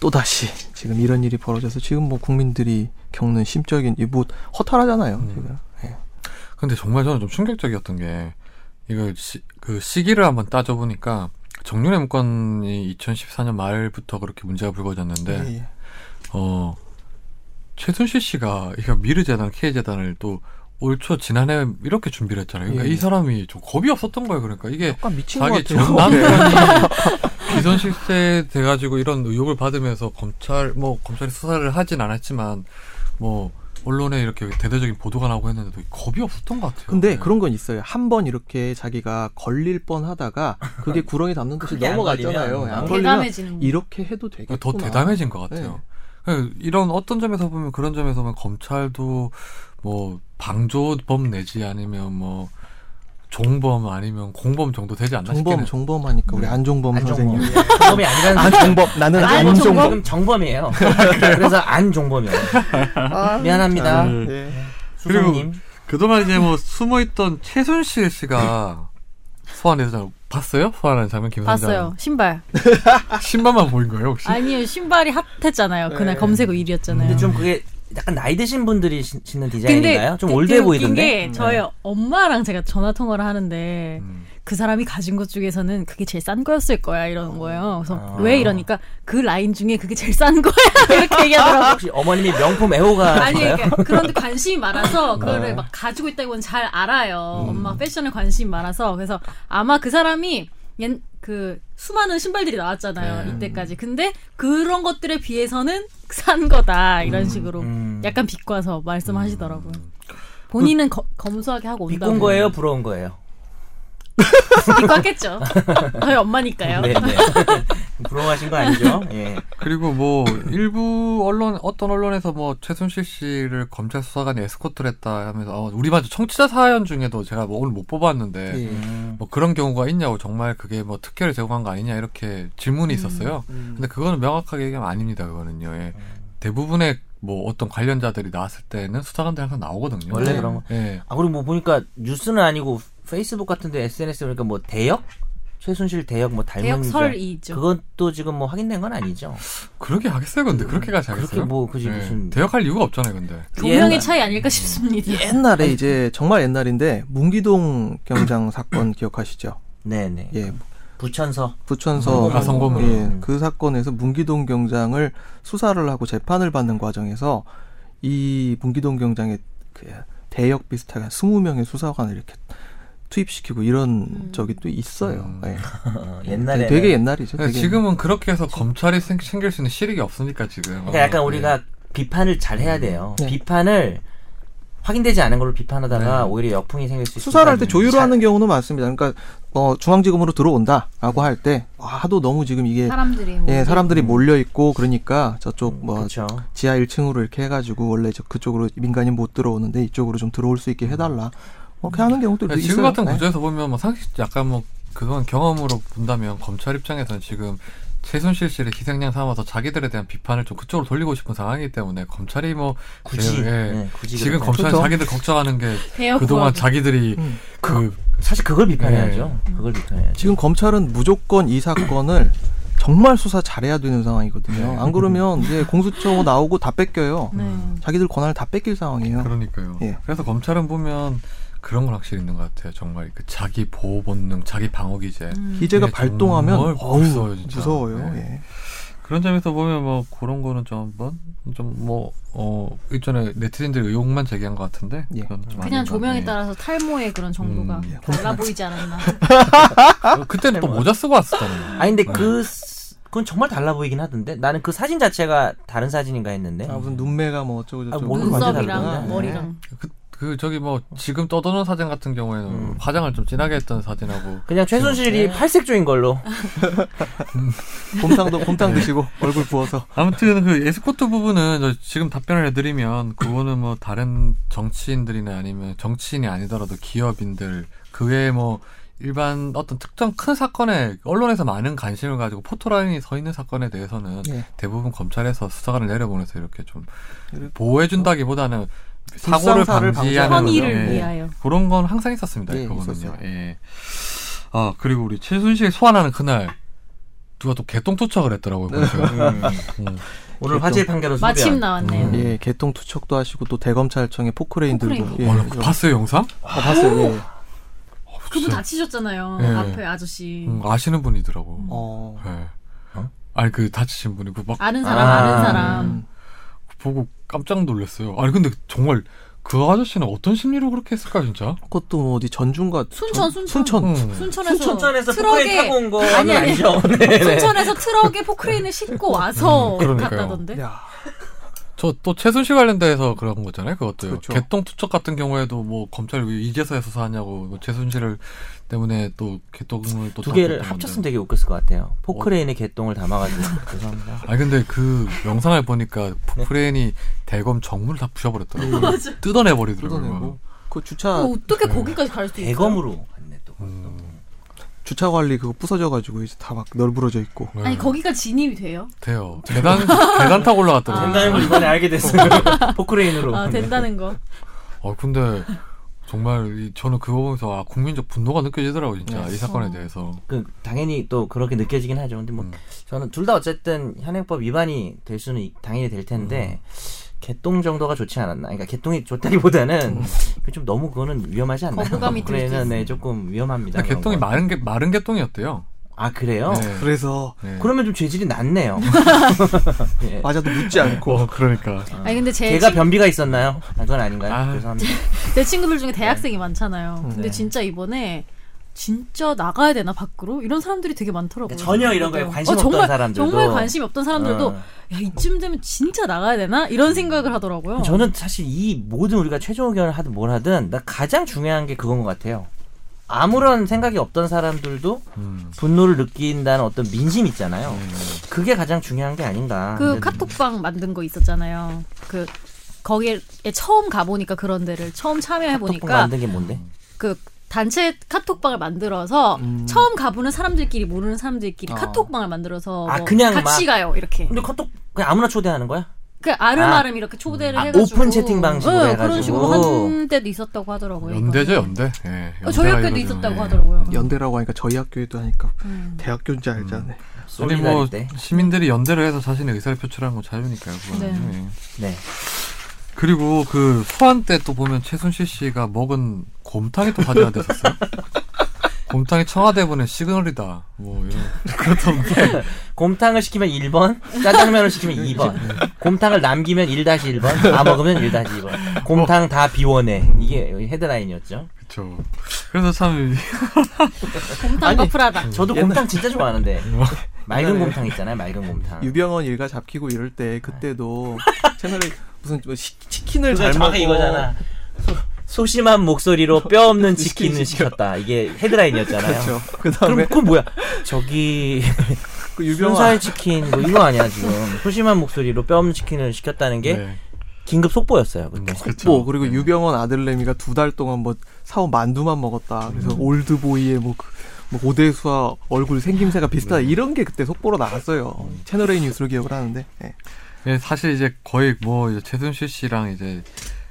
Speaker 3: 또 다시 지금 이런 일이 벌어져서 지금 뭐 국민들이 겪는 심적인 이뭐 허탈하잖아요.
Speaker 1: 음.
Speaker 3: 지금. 예.
Speaker 1: 근데 정말 저는 좀 충격적이었던 게 이거 시, 그 시기를 한번 따져보니까 정윤회 문건이 2014년 말부터 그렇게 문제가 불거졌는데
Speaker 3: 예, 예.
Speaker 1: 어 최순실 씨가 이거 미르재단 K재단을 또 올 초 지난해 이렇게 준비를 했잖아요. 그러니까
Speaker 3: 예, 예.
Speaker 1: 이 사람이 좀 겁이 없었던 거예요. 그러니까 이게
Speaker 3: 약간 미친 것
Speaker 1: 자기 네. 전
Speaker 3: 같아요. 네.
Speaker 1: 남편이 비선 실세 돼가지고 이런 의혹을 받으면서 검찰 뭐 검찰이 수사를 하진 않았지만 뭐 언론에 이렇게 대대적인 보도가 나오고 했는데도 겁이 없었던 것 같아요.
Speaker 3: 근데
Speaker 1: 네.
Speaker 3: 그런 건 있어요. 한 번 이렇게 자기가 걸릴 뻔 하다가 그게 구렁이 담는 듯이
Speaker 2: 그게 안
Speaker 3: 넘어갔잖아요.
Speaker 2: 걸리면
Speaker 3: 안 걸리면
Speaker 5: 대담해지는 거.
Speaker 3: 이렇게 해도 되겠구나.
Speaker 1: 아, 그러니까
Speaker 3: 네.
Speaker 1: 더 대담해진 것 같아요. 예, 이런 어떤 점에서 보면 그런 점에서 보면 검찰도 뭐 방조범 내지 아니면 뭐 종범 아니면 공범 정도 되지 않나 음.
Speaker 3: 종범
Speaker 1: 싶긴 해요.
Speaker 3: 종범하니까 우리 안종범 예. 선생님.
Speaker 2: 종범이 아니라는
Speaker 3: 안종범 나는
Speaker 2: 안
Speaker 3: 안종.
Speaker 2: 지금 정범이에요. 그래서 안 종범이에요.
Speaker 3: 예. 아,
Speaker 2: 미안합니다.
Speaker 3: 음.
Speaker 2: 수성님.
Speaker 1: 그동안 이제 뭐 숨어있던 최순실 씨가 소환해서 네. 봤어요? 소환하는 장면 김선장
Speaker 5: 봤어요. 신발.
Speaker 1: 신발만 보인 거예요 혹시?
Speaker 5: 아니요. 신발이 핫했잖아요. 그날 검색어 1위였잖아요.
Speaker 2: 네. 근데 좀 그게 약간 나이 드신 분들이 신- 신는 디자인인가요?
Speaker 5: 근데
Speaker 2: 좀
Speaker 5: 되-
Speaker 2: 올드해
Speaker 5: 되게
Speaker 2: 보이던데. 네.
Speaker 5: 웃긴 게 저희 엄마랑 제가 전화 통화를 하는데
Speaker 1: 음.
Speaker 5: 그 사람이 가진 것 중에서는 그게 제일 싼 거였을 거야 이러는 거예요. 그래서
Speaker 2: 아.
Speaker 5: 왜 이러니까 그 라인 중에 그게 제일 싼 거야 이렇게 얘기하더라고.
Speaker 2: 혹시 어머님이 명품 애호가인가요?
Speaker 5: 아니 그러니까 그런데 관심이 많아서 그거를
Speaker 2: 네.
Speaker 5: 막 가지고 있다고는 잘 알아요.
Speaker 2: 음.
Speaker 5: 엄마 패션에 관심이 많아서 그래서 아마 그 사람이 옛, 그 수많은 신발들이 나왔잖아요
Speaker 1: 네.
Speaker 5: 이때까지. 근데 그런 것들에 비해서는 싼 거다 이런 식으로
Speaker 2: 음.
Speaker 5: 약간 비꼬아서 말씀하시더라고요. 본인은 거- 검소하게 하고 온다고.
Speaker 2: 비꼰 거예요, 부러운 거예요.
Speaker 5: 비꼬았겠죠. 저희 엄마니까요.
Speaker 2: 네, 네. 부러워하신 거 아니죠? 예.
Speaker 1: 그리고 뭐 일부 언론 어떤 언론에서 뭐 최순실 씨를 검찰 수사관이 에스코트를 했다 하면서 어, 우리 반주 청취자 사연 중에도 제가 뭐 오늘 못 뽑았는데
Speaker 3: 예.
Speaker 2: 음.
Speaker 1: 뭐 그런 경우가 있냐고 정말 그게 뭐 특혜를 제공한 거 아니냐 이렇게
Speaker 5: 음,
Speaker 1: 질문이 있었어요. 근데 그거는 명확하게 얘기하면 아닙니다. 그거는요. 예. 대부분의 뭐 어떤 관련자들이 나왔을 때는 수사관들이 항상 나오거든요.
Speaker 2: 원래
Speaker 1: 예.
Speaker 2: 그런 거.
Speaker 1: 예.
Speaker 2: 아 그리고 뭐 보니까 뉴스는 아니고 페이스북 같은데 SNS 보니까 뭐 대역 최순실 대역 뭐 닮은
Speaker 5: 대역
Speaker 2: 자.
Speaker 5: 설이죠.
Speaker 2: 그것도 지금 뭐 확인된 건 아니죠.
Speaker 1: 그러게 하겠어요, 근데 그렇게 가지 않겠어요?
Speaker 2: 그렇게 뭐 그지
Speaker 1: 예.
Speaker 2: 무슨
Speaker 1: 대역할 이유가 없잖아요, 근데.
Speaker 5: 교명의
Speaker 2: 옛날-
Speaker 5: 차이 아닐까 싶습니다.
Speaker 3: 옛날에 이제 정말 옛날인데 문기동 경장 사건 기억하시죠?
Speaker 2: 네네
Speaker 3: 예,
Speaker 2: 부천서
Speaker 3: 부천서
Speaker 1: 아, 성범.
Speaker 3: 예, 그 사건에서 문기동 경장을 수사를 하고 재판을 받는 과정에서 이 문기동 경장의 그 대역 비슷하게 20명의 수사관을 이렇게 투입시키고 이런
Speaker 4: 음.
Speaker 3: 적이 또 있어요.
Speaker 1: 음. 네,
Speaker 3: 예.
Speaker 2: 어, 옛날에
Speaker 3: 되게 옛날이죠. 되게
Speaker 1: 지금은 그렇게 해서 검찰이 생- 챙길 수 있는 실익이 없으니까 지금.
Speaker 2: 그러니까 약간
Speaker 1: 어,
Speaker 2: 우리가 비판을 잘 해야 돼요.
Speaker 3: 네.
Speaker 2: 비판을 확인되지 않은 걸로 비판하다가
Speaker 1: 네.
Speaker 2: 오히려 역풍이 생길 수 있어요.
Speaker 3: 수사를 할 때 조율을 하는 경우는 많습니다. 그러니까 어, 중앙지검으로 들어온다라고 할 때 아, 하도 너무 지금 이게
Speaker 4: 사람들이
Speaker 3: 예, 사람들이 몰려 있고 그러니까 저쪽
Speaker 1: 음,
Speaker 3: 뭐
Speaker 2: 그렇죠.
Speaker 3: 지하 1층으로 이렇게 해가지고 원래 저 그쪽으로 민간인 못 들어오는데 이쪽으로 좀 들어올 수 있게 해달라. 뭐 그렇게 하는 경우도
Speaker 1: 네,
Speaker 3: 있어요.
Speaker 1: 지금 같은
Speaker 3: 네.
Speaker 1: 구조에서 보면 뭐 상식 약간 뭐 그건 경험으로 본다면 검찰 입장에서는 지금 최순실 씨를 희생양 삼아서 자기들에 대한 비판을 좀 그쪽으로 돌리고 싶은 상황이기 때문에 검찰이 뭐
Speaker 2: 굳이
Speaker 1: 지금, 예.
Speaker 2: 네, 굳이
Speaker 1: 지금
Speaker 2: 그렇다.
Speaker 1: 검찰
Speaker 3: 그렇죠.
Speaker 1: 자기들 걱정하는 게
Speaker 4: 대여
Speaker 1: 그동안 자기들이
Speaker 3: 음.
Speaker 1: 그
Speaker 2: 사실 그걸 비판해야죠.
Speaker 3: 예.
Speaker 2: 그걸 비판해야죠.
Speaker 3: 지금 검찰은 무조건 이 사건을 정말 수사 잘해야 되는 상황이거든요. 안 그러면 이제 공수처 나오고 다 뺏겨요.
Speaker 5: 네. 음.
Speaker 3: 자기들 권한을 다 뺏길 상황이에요.
Speaker 1: 그러니까요.
Speaker 3: 예.
Speaker 1: 그래서 검찰은 보면 그런 건 확실히 있는 것 같아요. 정말 그 자기 보호 본능, 자기 방어 기제.
Speaker 3: 기재가
Speaker 1: 예,
Speaker 3: 발동하면
Speaker 1: 정말
Speaker 3: 어우,
Speaker 1: 무서워요, 진짜.
Speaker 3: 무서워요.
Speaker 1: 예.
Speaker 3: 예.
Speaker 1: 그런 점에서 보면 뭐 그런 거는 좀 한번 좀뭐어 일전에 네티즌들 의혹만 제기한 것 같은데
Speaker 3: 예.
Speaker 1: 그건 좀 아닌가.
Speaker 4: 그냥 조명에
Speaker 1: 예.
Speaker 4: 따라서 탈모의 그런 정도가
Speaker 2: 예.
Speaker 1: 음.
Speaker 4: 달라 보이지 않았나.
Speaker 1: 어, 그때는 또 모자 쓰고 왔었잖아요.
Speaker 2: 아니 근데 그 스- 그건 정말 달라 보이긴 하던데 나는 그 사진 자체가 다른 사진인가 했는데
Speaker 3: 아, 무슨 눈매가 뭐 어쩌고 저쩌고.
Speaker 2: 아, 뭔 완전 다르구나.
Speaker 4: 눈썹이랑 뭐
Speaker 2: 네.
Speaker 4: 머리랑
Speaker 1: 그, 그 저기 뭐 지금 떠도는 사진 같은 경우에는
Speaker 2: 음.
Speaker 1: 화장을 좀 진하게 했던 사진하고
Speaker 2: 그냥 최순실이 팔색조인 걸로
Speaker 3: 곰탕도 곰탕
Speaker 1: 네.
Speaker 3: 드시고 얼굴 부어서.
Speaker 1: 아무튼 그 에스코트 부분은 저 지금 답변을 해드리면 그거는 뭐 다른 정치인들이나 아니면 정치인이 아니더라도 기업인들 그 외에 뭐 일반 어떤 특정 큰 사건에 언론에서 많은 관심을 가지고 포토라인이 서 있는 사건에 대해서는
Speaker 3: 예.
Speaker 1: 대부분 검찰에서 수사관을 내려보내서 이렇게 좀 보호해준다기보다는 사고를
Speaker 3: 불상사를
Speaker 2: 네.
Speaker 1: 방지하는
Speaker 3: 방지하는
Speaker 1: 거죠.
Speaker 4: 선의를
Speaker 1: 예.
Speaker 4: 위하여.
Speaker 1: 그런 건 항상 있었습니다.
Speaker 3: 예,
Speaker 1: 그거는요.
Speaker 3: 있었어요.
Speaker 1: 예. 아 그리고 우리 최순실 소환하는 그날 누가 또 개똥 투척을 했더라고요. 보니까. 음.
Speaker 2: 오늘 화제 판결을
Speaker 4: 마침
Speaker 2: 소개한
Speaker 4: 나왔네요.
Speaker 1: 음.
Speaker 3: 예, 개통 투척도 하시고 또 대검찰청에 포크레인 들고.
Speaker 4: 포크레인.
Speaker 3: 예,
Speaker 1: 와, 나 그거 봤어요 영상?
Speaker 3: 아, 봤어요. 예.
Speaker 1: 어,
Speaker 4: 그분
Speaker 1: 진짜.
Speaker 4: 다치셨잖아요.
Speaker 2: 네.
Speaker 1: 예.
Speaker 4: 앞에 아저씨.
Speaker 1: 음, 아시는 분이더라고.
Speaker 3: 어.
Speaker 1: 예.
Speaker 2: 어?
Speaker 1: 아니 그 다치신 분이 그막
Speaker 4: 아는 사람,
Speaker 2: 아.
Speaker 4: 아. 는 사람.
Speaker 3: 음.
Speaker 1: 보고 깜짝 놀랐어요. 아니 근데 정말 그 아저씨는 어떤 심리로 그렇게 했을까 진짜?
Speaker 3: 그것도 뭐 어디 전주인가
Speaker 4: 순천, 순천.
Speaker 3: 순천.
Speaker 1: 음.
Speaker 4: 순천에서,
Speaker 2: 순천에서 포크레인 타고
Speaker 4: 트럭에
Speaker 2: 온 거는
Speaker 4: 아니, 아니.
Speaker 2: 아니죠. 네, 네.
Speaker 4: 순천에서 트럭에 포크레인을 싣고 와서
Speaker 1: 음, 그러니까요.
Speaker 4: 갔다던데.
Speaker 3: 야.
Speaker 1: 저 또 최순실 관련돼서 그런 거잖아요. 그것도요.
Speaker 3: 그렇죠.
Speaker 1: 개똥 투척 같은 경우에도 뭐 검찰이 왜 이제서야 수사하냐고 뭐 최순실을 때문에 또 개똥을 또
Speaker 2: 두
Speaker 1: 닦았던
Speaker 2: 개를
Speaker 1: 건데.
Speaker 2: 합쳤으면 되게 웃겼을 것 같아요. 포크레인에 개똥을 담아가지고 죄송합니다.
Speaker 1: 아니 근데 그 영상을 보니까 포크레인이 대검 정문을 다
Speaker 4: 음,
Speaker 1: 부셔버렸더라고요. 뜯어내 버리더라고요.
Speaker 3: 뜯어내고. 그 주차
Speaker 4: 네? 어, 어떻게 거기까지 갈 수 있어?
Speaker 2: 대검으로 갔네 또. 음.
Speaker 3: 주차 관리 그거 부서져 가지고 이제 다 막 널브러져 있고.
Speaker 2: 음.
Speaker 4: 아니 거기가 진입이 돼요?
Speaker 1: 돼요. 계단 아, 계단 타고 올라갔더라고요.
Speaker 2: 된다는 걸 이번에 알게 됐어요. 포크레인으로.
Speaker 4: 아 된다는 거.
Speaker 1: 아 근데 정말 이- 저는 그거 보면서 아 국민적 분노가 느껴지더라고요 진짜
Speaker 4: 네.
Speaker 1: 이 사건에 대해서.
Speaker 2: 그 당연히 또 그렇게 느껴지긴 하죠. 근데 뭐
Speaker 1: 음.
Speaker 2: 저는 둘 다 어쨌든 현행법 위반이 될 수는 이- 당연히 될 텐데 개똥 정도가 좋지 않았나. 그러니까 개똥이 좋다기보다는 좀 너무 그거는 위험하지 않나.
Speaker 4: 거부감이 들수
Speaker 2: 포크레인은 네,
Speaker 4: 있어요.
Speaker 2: 조금 위험합니다.
Speaker 1: 근데
Speaker 2: 그런
Speaker 1: 개똥이
Speaker 2: 건.
Speaker 1: 마른 게 마른 개똥이었대요.
Speaker 2: 아 그래요?
Speaker 1: 네.
Speaker 3: 그래서
Speaker 1: 네.
Speaker 2: 그러면 좀 죄질이 낫네요. 예.
Speaker 3: 맞아도 묻지 않고.
Speaker 1: 어, 그러니까.
Speaker 4: 아니 근데 제,
Speaker 2: 개가
Speaker 4: 친,
Speaker 2: 변비가 있었나요? 아, 그건 아닌가요?
Speaker 1: 아.
Speaker 2: 죄송합니다.
Speaker 4: 네, 제 친구들 중에 대학생이 많잖아요. 근데
Speaker 2: 네.
Speaker 4: 진짜 이번에 진짜 나가야 되나 밖으로 이런 사람들이 되게 많더라고요. 어,
Speaker 2: 그러니까 전혀 이런 거에 관심 없던
Speaker 4: 정말,
Speaker 2: 사람들도.
Speaker 4: 정말 관심이 없던 사람들도
Speaker 2: 어.
Speaker 4: 야 이쯤 되면 진짜 나가야 되나 이런 생각을 하더라고요.
Speaker 2: 저는 사실 이 모든 우리가 최종 의견을 하든 뭘 하든 나 가장 중요한 게 그건 것 같아요. 아무런 생각이 없던 사람들도
Speaker 1: 음.
Speaker 2: 분노를 느낀다는 어떤 민심 있잖아요. 그게 가장 중요한 게 아닌가.
Speaker 4: 그
Speaker 2: 근데
Speaker 4: 카톡방 만든 거 있었잖아요. 그 거기에 처음 가보니까 그런 데를 처음 참여해
Speaker 2: 카톡방
Speaker 4: 보니까
Speaker 2: 만든 게 뭔데?
Speaker 4: 그 단체 카톡방을 만들어서 처음 가보는 사람들끼리 모르는 사람들끼리 카톡방을 만들어서
Speaker 2: 어. 아,
Speaker 4: 뭐
Speaker 2: 그냥
Speaker 4: 같이
Speaker 2: 막-
Speaker 4: 가요 이렇게
Speaker 2: 근데 카톡 그냥 아무나 초대하는 거야?
Speaker 4: 그 아름아름 이렇게 초대를
Speaker 2: 아,
Speaker 4: 해가지고
Speaker 2: 오픈 채팅 방식으로
Speaker 4: 네,
Speaker 2: 해가지고.
Speaker 4: 그런 식으로 한 때도 있었다고 하더라고요.
Speaker 1: 연대죠
Speaker 4: 뭐 이거는.
Speaker 1: 연대. 예.
Speaker 4: 어, 저희
Speaker 1: 연대가
Speaker 4: 학교도
Speaker 1: 이루어지는,
Speaker 4: 있었다고
Speaker 1: 예.
Speaker 4: 하더라고요.
Speaker 3: 연대라고 하니까 저희 학교에도 하니까
Speaker 4: 음.
Speaker 3: 대학교인지 알잖아요.
Speaker 1: 아니 뭐
Speaker 2: 솔리다리 때.
Speaker 1: 시민들이 연대를 해서 자신의 의사를 표출하는 건 자유니까요. 그거는. 예.
Speaker 2: 네.
Speaker 1: 그리고 그 소환 때 또 보면 최순실 씨가 먹은 곰탕이 또 화제가 됐었어요. 곰탕이 청와대 보낸 시그널이다. 뭐 이런 그렇던데.
Speaker 2: 곰탕을 시키면 1번, 짜장면을 시키면 2번. 곰탕을 남기면 1-1번, 다 먹으면 1-2번. 곰탕 다 비워내. 이게 여기 헤드라인이었죠.
Speaker 1: 그쵸. 그렇죠. 그래서 참
Speaker 5: 곰탕
Speaker 2: 아니,
Speaker 5: 거풀하다.
Speaker 2: 저도
Speaker 3: 옛날-
Speaker 2: 곰탕 진짜 좋아하는데 맑은
Speaker 3: 옛날에-
Speaker 2: 곰탕 있잖아요. 맑은 곰탕.
Speaker 3: 유병헌 일가 잡히고 이럴 때
Speaker 4: 네.
Speaker 3: 그때도 채널에 무슨 뭐 시- 치킨을
Speaker 2: 그거
Speaker 3: 잘
Speaker 2: 정확히
Speaker 3: 먹고
Speaker 2: 이거잖아. 소, 심한 목소리로 뼈 없는 치킨을
Speaker 3: 치킨
Speaker 2: 시켰다. 이게 헤드라인이었잖아요.
Speaker 3: 그렇죠.
Speaker 2: 그럼
Speaker 3: 그다음에
Speaker 2: 그건 뭐야? 저기
Speaker 3: 그
Speaker 2: 윤사의
Speaker 3: 유병헌
Speaker 2: 치킨 뭐 이거 아니야 지금 소심한 목소리로 뼈 없는 치킨을 시켰다는 게
Speaker 1: 네.
Speaker 2: 긴급 속보였어요 그때.
Speaker 3: 뭐 그리고 유병헌 아들내미가 두 달 동안 뭐 사온 만두만 먹었다. 그래서 올드보이의 뭐, 그- 뭐 오대수와 얼굴 생김새가 비슷하다. 이런 게 그때 속보로 나왔어요. 채널 A 뉴스로 기억을 하는데. 예.
Speaker 1: 예, 사실 이제 거의 뭐 이제 최순실 씨랑 이제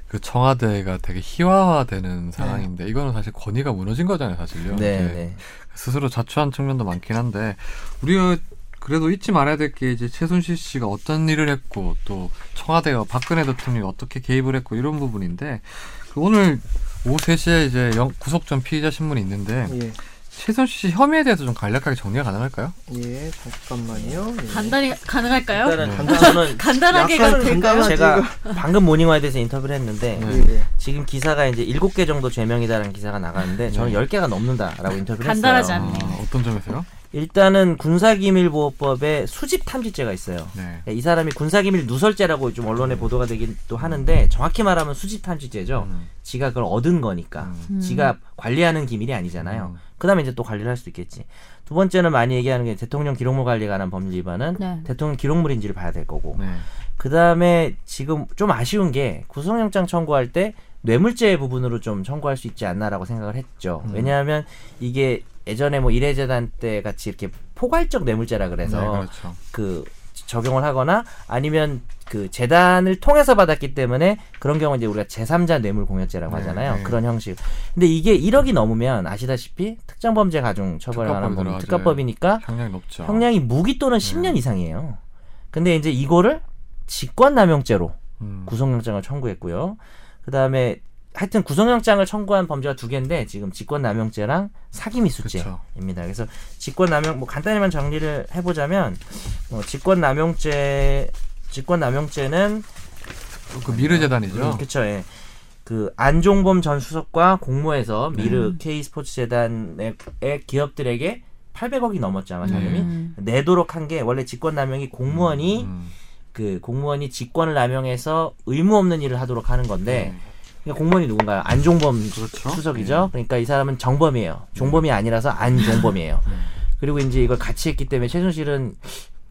Speaker 1: 그 청와대가 되게 희화화되는 상황인데 이거는 사실 권위가 무너진 거잖아요, 사실요.
Speaker 2: 네,
Speaker 1: 이제
Speaker 2: 네.
Speaker 1: 스스로 자초한 측면도 많긴 한데 우리가 그래도 잊지 말아야 될 게 이제 최순실 씨가 어떤 일을 했고 또 청와대가 박근혜 대통령이 어떻게 개입을 했고 이런 부분인데 그 오늘 오후 3시에 이제 영- 구속전 피의자 신문이 있는데
Speaker 3: 예.
Speaker 1: 최순실 씨 혐의에 대해서 좀 간략하게 정리가 가능할까요?
Speaker 3: 예, 잠깐만요. 예.
Speaker 5: 간단히 가능할까요?
Speaker 1: 네.
Speaker 2: 일단은
Speaker 3: 간단-
Speaker 2: 저는
Speaker 5: 간단하게
Speaker 2: 약간
Speaker 5: 가도 될까요?
Speaker 3: 간단하지.
Speaker 2: 제가 방금 모닝와이드에서 인터뷰를 했는데
Speaker 1: 네.
Speaker 3: 예, 예.
Speaker 2: 지금 기사가 이제 7개 정도 죄명이다라는 기사가 나가는데
Speaker 1: 네.
Speaker 2: 저는 10개가 넘는다라고 인터뷰를
Speaker 5: 간단하지
Speaker 2: 했어요.
Speaker 5: 않네.
Speaker 1: 아, 어떤 점에서요?
Speaker 2: 일단은 군사기밀보호법에 수집 탐지죄가 있어요. 예,
Speaker 1: 네.
Speaker 2: 이 사람이 군사기밀 누설죄라고 좀 언론에 보도가 되기도 하는데 정확히 말하면 수집 탐지죄죠.
Speaker 1: 음.
Speaker 2: 지가 그걸 얻은 거니까.
Speaker 1: 음.
Speaker 2: 지가 관리하는 기밀이 아니잖아요.
Speaker 1: 음.
Speaker 2: 그다음에 이제 또 관리를 할 수도 있겠지. 두 번째는 많이 얘기하는 게 대통령 기록물 관리에 관한 법률 위반은
Speaker 4: 네.
Speaker 2: 대통령 기록물인지를 봐야 될 거고.
Speaker 1: 네.
Speaker 2: 그다음에 지금 좀 아쉬운 게 구속영장 청구할 때 뇌물죄 부분으로 좀 청구할 수 있지 않나라고 생각을 했죠.
Speaker 1: 음.
Speaker 2: 왜냐하면 이게 예전에 뭐 이례재단 때 같이 이렇게 포괄적 뇌물죄라 그래서
Speaker 1: 네, 그렇죠.
Speaker 2: 그 적용을 하거나 아니면 그 재단을 통해서 받았기 때문에 그런 경우 이제 우리가 제3자 뇌물 공여죄라고
Speaker 1: 네,
Speaker 2: 하잖아요.
Speaker 1: 네.
Speaker 2: 그런 형식. 근데 이게 1억이 넘으면 아시다시피 특정 범죄 가중 처벌에 관한
Speaker 1: 특가법이
Speaker 2: 법
Speaker 1: 들어가죠.
Speaker 2: 특가법이니까
Speaker 1: 형량이 높죠.
Speaker 2: 형량이 무기 또는 10년
Speaker 1: 음.
Speaker 2: 이상이에요. 근데 이제 이거를 직권남용죄로
Speaker 1: 음.
Speaker 2: 구속영장을 청구했고요. 그다음에 하여튼 구속영장을 청구한 범죄가 두 개인데 지금 직권남용죄랑 사기미수죄입니다.
Speaker 1: 그쵸.
Speaker 2: 그래서 직권남용 뭐 간단히만 정리를 해보자면 어, 직권남용죄 직권남용죄는
Speaker 1: 그 미르 재단이죠.
Speaker 2: 그쵸 예. 그 안종범 전 수석과 공모해서 미르
Speaker 1: 음.
Speaker 2: K 스포츠 재단의 의 기업들에게 800억이 넘었죠 아마 자금이
Speaker 5: 음.
Speaker 2: 내도록 한 게 원래 직권남용이 공무원이
Speaker 1: 음.
Speaker 2: 그 공무원이 직권을 남용해서 의무 없는 일을 하도록 하는 건데 그러니까 공무원이 누군가요? 안종범
Speaker 1: 네. 그렇죠.
Speaker 2: 수석이죠. 그러니까 이 사람은 정범이에요. 종범이 아니라서 안종범이에요.
Speaker 1: 네.
Speaker 2: 그리고 이제 이걸 같이 했기 때문에 최순실은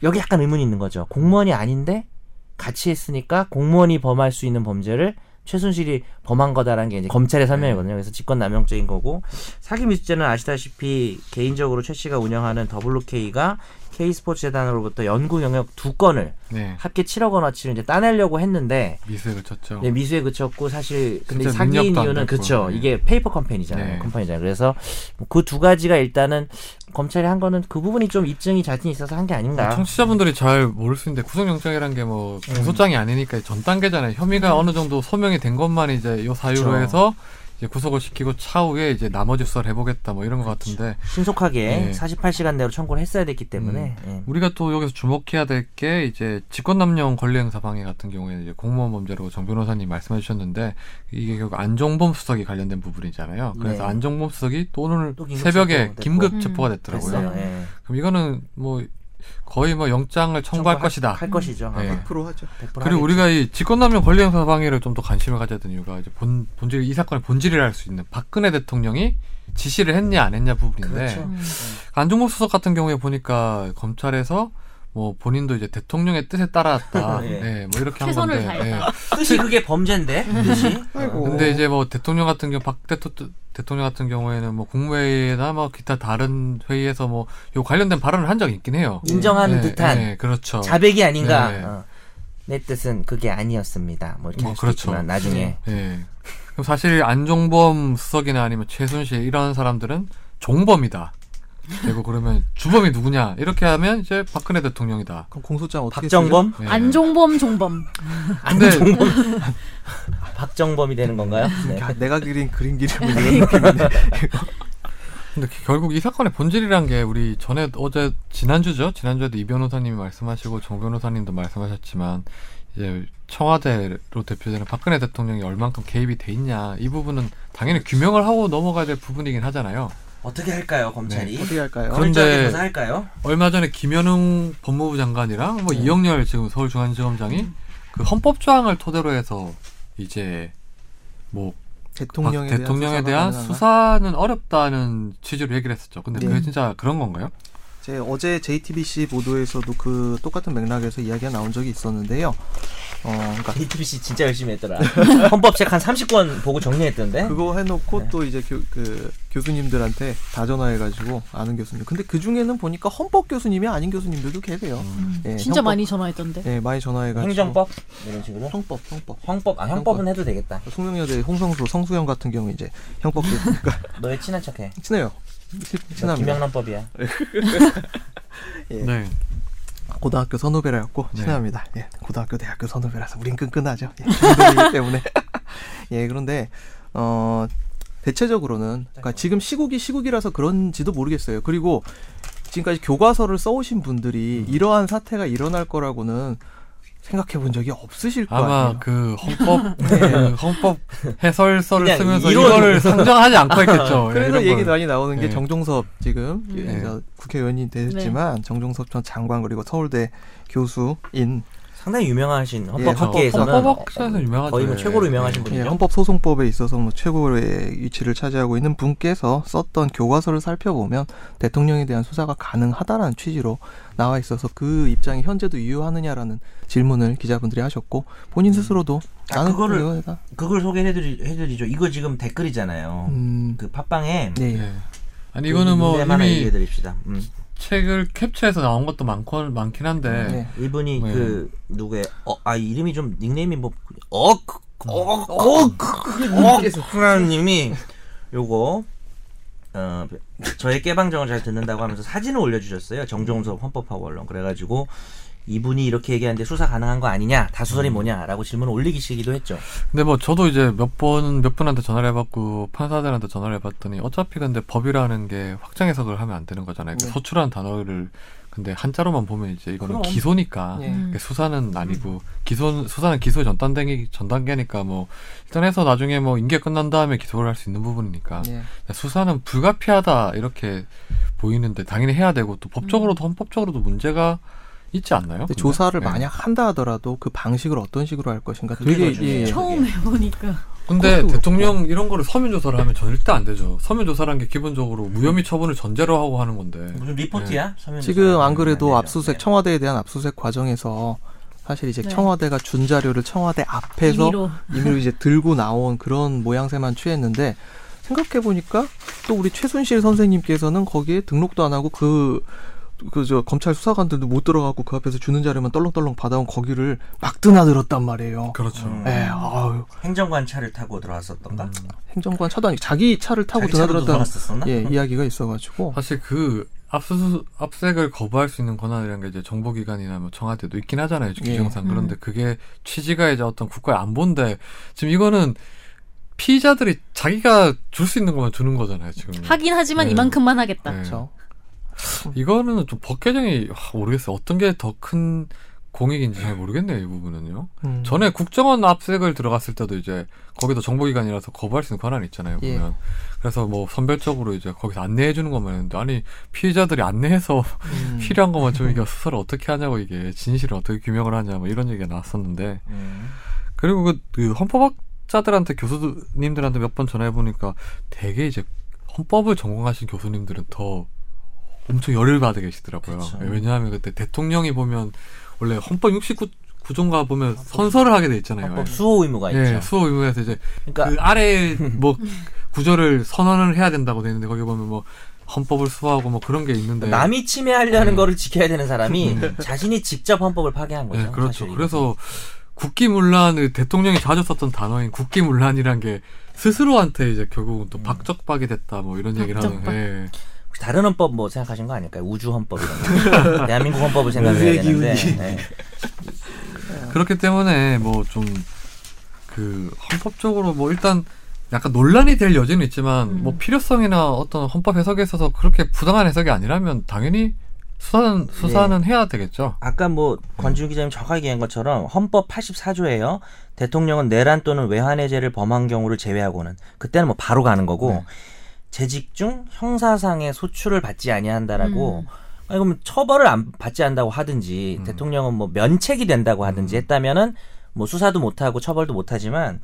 Speaker 2: 여기 약간 의문이 있는 거죠. 공무원이 아닌데 같이 했으니까 공무원이 범할 수 있는 범죄를 최순실이 범한 거다라는 게 이제 검찰의 설명이거든요.
Speaker 1: 네.
Speaker 2: 그래서 직권남용죄인 거고 사기 미수죄는 아시다시피 개인적으로 최 씨가 운영하는 WK가 K 스포츠 재단으로부터 연구 영역 두 건을
Speaker 1: 네.
Speaker 2: 합계 7억 원어치를 이제 따내려고 했는데
Speaker 1: 미수액을 쳤죠.
Speaker 2: 네, 미수에 그쳤고 사실 근데
Speaker 1: 어. 진짜
Speaker 2: 사기인
Speaker 1: 능력도 안
Speaker 2: 이유는
Speaker 1: 됐고.
Speaker 2: 그쵸
Speaker 1: 네.
Speaker 2: 이게 페이퍼 컴퍼니잖아요
Speaker 1: 네.
Speaker 2: 컴퍼니잖아요 그래서 그 두 가지가 일단은 검찰이 한 거는 그 부분이 좀 입증이 자신이 있어서 한 게 아닌가
Speaker 1: 네,
Speaker 2: 음.
Speaker 1: 청취자분들이 잘 모를 수 있는데 구속영장이란 게 뭐 공소장이 아니니까 전 단계잖아요. 혐의가 어느 정도 소명이 된 것만 이제 요 사유로
Speaker 2: 그쵸.
Speaker 1: 해서 이제 구속을 시키고 차후에 이제 나머지 수사를 해보겠다 뭐 이런 것
Speaker 2: 그렇죠.
Speaker 1: 같은데
Speaker 2: 신속하게
Speaker 1: 네. 음.
Speaker 2: 48시간 내로 청구를 했어야 됐기 때문에 예.
Speaker 1: 우리가 또 여기서 주목해야 될 게 이제 직권남용 권리행사 방해 같은 경우에 이제 공무원 범죄로 정 변호사님 말씀해 주셨는데 이게 결국 안종범 수석이 관련된 부분이잖아요. 그래서
Speaker 2: 네.
Speaker 1: 안종범 수석이 또 오늘
Speaker 2: 또 긴급
Speaker 1: 새벽에
Speaker 2: 체포됐고.
Speaker 1: 긴급 체포가
Speaker 2: 됐어요
Speaker 1: 됐더라고요.
Speaker 2: 예.
Speaker 1: 그럼 이거는 뭐 거의 뭐 영장을 청구할 것이다.
Speaker 2: 할 것이죠
Speaker 1: 네.
Speaker 2: 아마.
Speaker 3: 100% 하죠.
Speaker 2: 100%
Speaker 1: 그리고
Speaker 2: 하겠죠.
Speaker 1: 우리가 이 직권남용 권리행사 방해를 좀 더 관심을 가져야 되는 이유가 이제 본 본질 이 사건의 본질을 알 수 있는 박근혜 대통령이 지시를 했냐 안 했냐 부분인데
Speaker 2: 그렇죠.
Speaker 1: 안종범 수석 같은 경우에 보니까 검찰에서 뭐 본인도 이제 대통령의 뜻에 따랐다.
Speaker 2: 예.
Speaker 1: 예. 뭐 이렇게 한
Speaker 5: 최선을
Speaker 1: 건데. 예.
Speaker 5: 다했다.
Speaker 2: 뜻이 그게 범죄인데
Speaker 1: 음.
Speaker 2: 뜻이 음.
Speaker 3: 아이고.
Speaker 1: 근데 이제 뭐 대통령 같은 경우 박 대토, 대통령 같은 경우에는 뭐 국무회의나 뭐 기타 다른 회의에서 뭐 요 관련된 발언을 한 적이 있긴 해요.
Speaker 2: 인정한
Speaker 1: 예,
Speaker 2: 듯한
Speaker 1: 예, 그렇죠.
Speaker 2: 자백이 아닌가
Speaker 1: 네.
Speaker 2: 어. 내 뜻은 그게 아니었습니다 뭐 이렇게
Speaker 1: 뭐,
Speaker 2: 할 수도
Speaker 1: 그렇죠.
Speaker 2: 있지만 나중에
Speaker 1: 예. 그럼 사실 안종범 수석이나 아니면 최순실 이런 사람들은 종범이다. 그리고 그러면 주범이 누구냐 이렇게 하면 이제 박근혜 대통령이다.
Speaker 3: 그럼 공소장 어떻게
Speaker 2: 박정범
Speaker 1: 예.
Speaker 5: 안종범 종범.
Speaker 1: 근데
Speaker 2: 박정범이 되는 건가요? 네.
Speaker 3: 쓰죠? 야, 내가 그린 그림 기름을 이런 느낌인데.
Speaker 1: 근데 기- 결국 이 사건의 본질이란 게 우리 전에 어제 지난주죠 지난주에도 이 변호사님이 말씀하시고 정 변호사님도 말씀하셨지만 이제 청와대로 대표되는 박근혜 대통령이 얼만큼 개입이 돼 있냐 이 부분은 당연히 규명을 하고 넘어가야 될 부분이긴 하잖아요.
Speaker 2: 어떻게 할까요, 검찰이?
Speaker 3: 어떻게 할까요?
Speaker 1: 그런- 근데-
Speaker 2: 조사 할까요?
Speaker 1: 얼마 전에 김현웅 법무부 장관이랑
Speaker 3: 네.
Speaker 1: 뭐 이영렬 지금 서울중앙지검장이
Speaker 3: 음.
Speaker 1: 그 헌법 조항을 토대로 해서 이제 뭐 박
Speaker 3: 대통령에 대한
Speaker 1: 대통령에
Speaker 3: 수사가
Speaker 1: 대한
Speaker 3: 가능한가?
Speaker 1: 수사는 어렵다는 취지로 얘기를 했었죠. 근데
Speaker 3: 네.
Speaker 1: 그게 진짜 그런 건가요?
Speaker 3: 제 어제 JTBC 보도에서도 그 똑같은 맥락에서 이야기가 나온 적이 있었는데요. 어, 그러니까
Speaker 2: JTBC 진짜 열심히 했더라. 헌법책 한 30권 보고 정리했던데.
Speaker 3: 그거 해놓고
Speaker 5: 네.
Speaker 3: 또 이제 교, 그 교수님들한테 다 전화해가지고 아는 교수님. 근데 그 중에는 보니까 헌법 교수님이 아닌 교수님들도 계세요. 예,
Speaker 5: 음. 진짜
Speaker 3: 형법-
Speaker 5: 많이 전화했던데.
Speaker 3: 예, 많이 전화해가지고.
Speaker 2: 행정법 이런 식으로.
Speaker 3: 형법, 형법.
Speaker 2: 형법 아 형법은 해도 되겠다.
Speaker 3: 숙명여대 홍성수, 성수영 같은 경우 이제 형법 교수니까
Speaker 2: 너의 친한 척해.
Speaker 3: 친해요. 친-
Speaker 2: 너
Speaker 3: 친합니다.
Speaker 2: 김영란법이야.
Speaker 3: 예.
Speaker 1: 네.
Speaker 3: 고등학교 선후배라고
Speaker 1: 네.
Speaker 3: 친합니다. 예, 고등학교, 대학교 선후배라서 우린 끈끈하죠. 예, 동료이기 때문에. 예, 그런데 어
Speaker 1: 네.
Speaker 3: 대체적으로는 그러니까 지금 시국이 시국이라서 그런지도 모르겠어요. 그리고 지금까지 교과서를 써오신 분들이
Speaker 1: 음.
Speaker 3: 이러한 사태가 일어날 거라고는 생각해 본 적이 없으실 거
Speaker 1: 아마
Speaker 3: 아니에요. 네.
Speaker 1: 그 헌법 그 헌법 해설서를
Speaker 2: 그냥
Speaker 1: 쓰면서
Speaker 2: 이론.
Speaker 1: 이거를 상정하지 않고 했겠죠.
Speaker 3: 그래서
Speaker 1: 이런
Speaker 3: 얘기
Speaker 1: 걸.
Speaker 3: 많이 나오는 게
Speaker 1: 예.
Speaker 3: 정종섭 지금
Speaker 1: 음.
Speaker 3: 이제 국회의원이 되셨지만 정종섭 전 장관 그리고 서울대 교수인
Speaker 2: 상당히 유명하신
Speaker 3: 예,
Speaker 2: 헌법
Speaker 3: 헌법-
Speaker 2: 학계에서는
Speaker 1: 헌법학에서 유명하죠. 네.
Speaker 2: 거의 뭐 최고로 유명하신
Speaker 3: 예,
Speaker 2: 분이죠.
Speaker 3: 헌법 소송법에 있어서 뭐 최고의 위치를 차지하고 있는 분께서 썼던 교과서를 살펴보면 대통령에 대한 수사가 가능하다라는 취지로 나와 있어서 그 입장이 현재도 유효하느냐라는 질문을 기자분들이 하셨고 본인 스스로도
Speaker 2: 아,
Speaker 3: 나는
Speaker 2: 그거를-
Speaker 3: 유효하다.
Speaker 2: 그걸 소개해드리 해드리죠. 이거 지금 댓글이잖아요.
Speaker 3: 음,
Speaker 2: 그 팟빵에
Speaker 3: 네.
Speaker 1: 예. 아니 이거는 뭐
Speaker 2: 음, 하나
Speaker 1: 이미
Speaker 2: 얘기해드립시다. 음.
Speaker 1: 책을 캡처해서 나온 것도 많고 많긴 한데
Speaker 3: 네.
Speaker 2: 이분이
Speaker 1: 네.
Speaker 2: 그 누구의 어아 이름이 좀 닉네임이 뭐, 어,
Speaker 3: 어,
Speaker 2: 뭐어어어어어님이 어, 요거 어 저의 깨방정을 잘 듣는다고 하면서 사진을 올려주셨어요 정종섭 헌법학 원론 그래가지고 이분이 이렇게 얘기하는데 수사 가능한 거 아니냐 다수설이
Speaker 3: 음.
Speaker 2: 뭐냐라고 질문을 올리기시기도 했죠
Speaker 1: 근데 뭐 저도 이제 몇 번 몇 분한테 전화를 해봤고 판사들한테 전화를 해봤더니 어차피 근데 법이라는 게 확장 해석을 하면 안 되는 거잖아요. 그
Speaker 3: 네.
Speaker 1: 서출한 단어를 근데 한자로만 보면 이제 이거는
Speaker 2: 그럼.
Speaker 1: 기소니까
Speaker 3: 예.
Speaker 5: 음.
Speaker 1: 그러니까 수사는 아니고 기소 수사는 기소 전 단계 전 단계니까 뭐 일단 해서 나중에 뭐 인계 끝난 다음에 기소를 할 수 있는 부분이니까
Speaker 2: 아,
Speaker 3: 예.
Speaker 1: 수사는 불가피하다 이렇게 보이는데 당연히 해야 되고 또 법적으로도 헌법적으로도 문제가 있지 않나요?
Speaker 3: 근데
Speaker 1: 근데?
Speaker 3: 조사를
Speaker 1: 예.
Speaker 3: 만약 한다 하더라도 그 방식을 어떤 식으로 할 것인가
Speaker 2: 그게
Speaker 3: 되게
Speaker 2: 더 중요해요.
Speaker 3: 예.
Speaker 5: 처음 해보니까.
Speaker 1: 근데
Speaker 3: 그것도
Speaker 1: 대통령 이런 거를 서면 조사를 하면 절대 안 되죠. 서면 조사라는 게 기본적으로 무혐의 처분을 전제로 하고 하는 건데.
Speaker 2: 무슨 리포트야 서면
Speaker 3: 네. 지금 안 그래도
Speaker 2: 네.
Speaker 3: 압수수색 청와대에 대한 압수수색 과정에서 사실 이제
Speaker 5: 네.
Speaker 3: 청와대가 준 자료를 청와대 앞에서
Speaker 5: 임의로.
Speaker 3: 임의로 이제 들고 나온 그런 모양새만 취했는데 생각해 보니까 또 우리 최순실 선생님께서는 거기에 등록도 안 하고 그 그 저 검찰 수사관들도 못 들어가고 그 앞에서 주는 자료만 떨렁떨렁 받아온 거기를 막 드나들었단 말이에요.
Speaker 1: 그렇죠.
Speaker 2: 음.
Speaker 3: 에, 아유,
Speaker 2: 행정관 차를 타고 들어왔었던가
Speaker 3: 행정관 차단이 자기 차를 타고
Speaker 2: 자기 차로도
Speaker 3: 음. 드나들었다는
Speaker 2: 들어갔었었나? 아,
Speaker 3: 예, 이야기가 있어가지고
Speaker 1: 사실 그 압수 압색을 거부할 수 있는 권한이라는 게 이제 정보기관이나 뭐 청와대도 있긴 하잖아요
Speaker 3: 예.
Speaker 1: 규정상
Speaker 5: 음.
Speaker 1: 그런데 그게 취지가 이제 어떤 국가의 안보인데 지금 이거는 피의자들이 자기가 줄 수 있는 것만 주는 거잖아요 지금.
Speaker 5: 하긴 하지만
Speaker 2: 예.
Speaker 1: 네.
Speaker 5: 이만큼만 하겠다.
Speaker 1: 네.
Speaker 3: 그렇죠.
Speaker 1: 이거는 좀 법개정이 하, 모르겠어요. 어떤 게 더 큰 공익인지 잘 모르겠네요 이 부분은요.
Speaker 3: 음.
Speaker 1: 전에 국정원 압색을 들어갔을 때도 이제 거기도 정보기관이라서 거부할 수 있는 권한이 있잖아요
Speaker 3: 예.
Speaker 1: 보면 그래서 뭐 선별적으로 이제 거기서 안내해 주는 것만 했는데 아니 피해자들이 안내해서
Speaker 3: 음.
Speaker 1: 필요한 것만 좀 이게 수사를 어떻게 하냐고 이게 진실을 어떻게 규명을 하냐 뭐 이런 얘기가 나왔었는데
Speaker 2: 음.
Speaker 1: 그리고 그, 그 헌법학자들한테 교수님들한테 몇 번 전화해 보니까 되게 이제 헌법을 전공하신 교수님들은 더 엄청 열을 받아 계시더라고요.
Speaker 2: 그쵸.
Speaker 1: 예, 왜냐하면 그때 대통령이 보면 원래 헌법 69 구조인가 보면 선서를 하게 돼
Speaker 3: 네.
Speaker 1: 있잖아요.
Speaker 2: 헌법 수호 의무가
Speaker 1: 예,
Speaker 2: 있죠.
Speaker 1: 수호 의무에서 이제
Speaker 2: 그러니까
Speaker 1: 그 아래 뭐 구절을 선언을 해야 된다고 돼 있는데 거기 보면 뭐 헌법을 수호하고 뭐 그런 게 있는데
Speaker 2: 남이 침해하려는
Speaker 1: 음.
Speaker 2: 거를 지켜야 되는 사람이
Speaker 1: 음.
Speaker 2: 자신이 직접 헌법을 파괴한 거죠.
Speaker 1: 네, 그렇죠.
Speaker 2: 사실.
Speaker 1: 그래서 국기문란 대통령이 자주 썼던 단어인 국기문란이란 게 스스로한테 이제 결국은
Speaker 2: 음.
Speaker 1: 또 박적박이 됐다 뭐 이런 얘기를 하는.
Speaker 5: 박적박.
Speaker 1: 예.
Speaker 2: 혹시 다른 헌법 뭐 생각하신 거 아닐까요? 우주 헌법 이런 거. 대한민국 헌법을 생각해야
Speaker 3: 우주의
Speaker 2: 되는데.
Speaker 3: 기운이.
Speaker 2: 네.
Speaker 1: 그렇기 때문에 뭐 좀 그 헌법적으로 뭐 일단 약간 논란이 될 여지는 있지만
Speaker 5: 음.
Speaker 1: 뭐 필요성이나 어떤 헌법 해석에 있어서 그렇게 부당한 해석이 아니라면 당연히 수사는 수사는 해야 되겠죠.
Speaker 2: 아까 뭐 권지우 기자님 정확하게 얘기한 것처럼 헌법 84조예요. 대통령은 내란 또는 외환해제를 범한 경우를 제외하고는 그때는 뭐 바로 가는 거고
Speaker 1: 네.
Speaker 2: 재직 중 형사상의 소출을 받지 아니한다라고
Speaker 1: 음.
Speaker 2: 아니 그럼 처벌을 안 받지 않다고 하든지 대통령은 뭐 면책이 된다고
Speaker 1: 음.
Speaker 2: 하든지 했다면은 뭐 수사도 못 하고 처벌도 못 하지만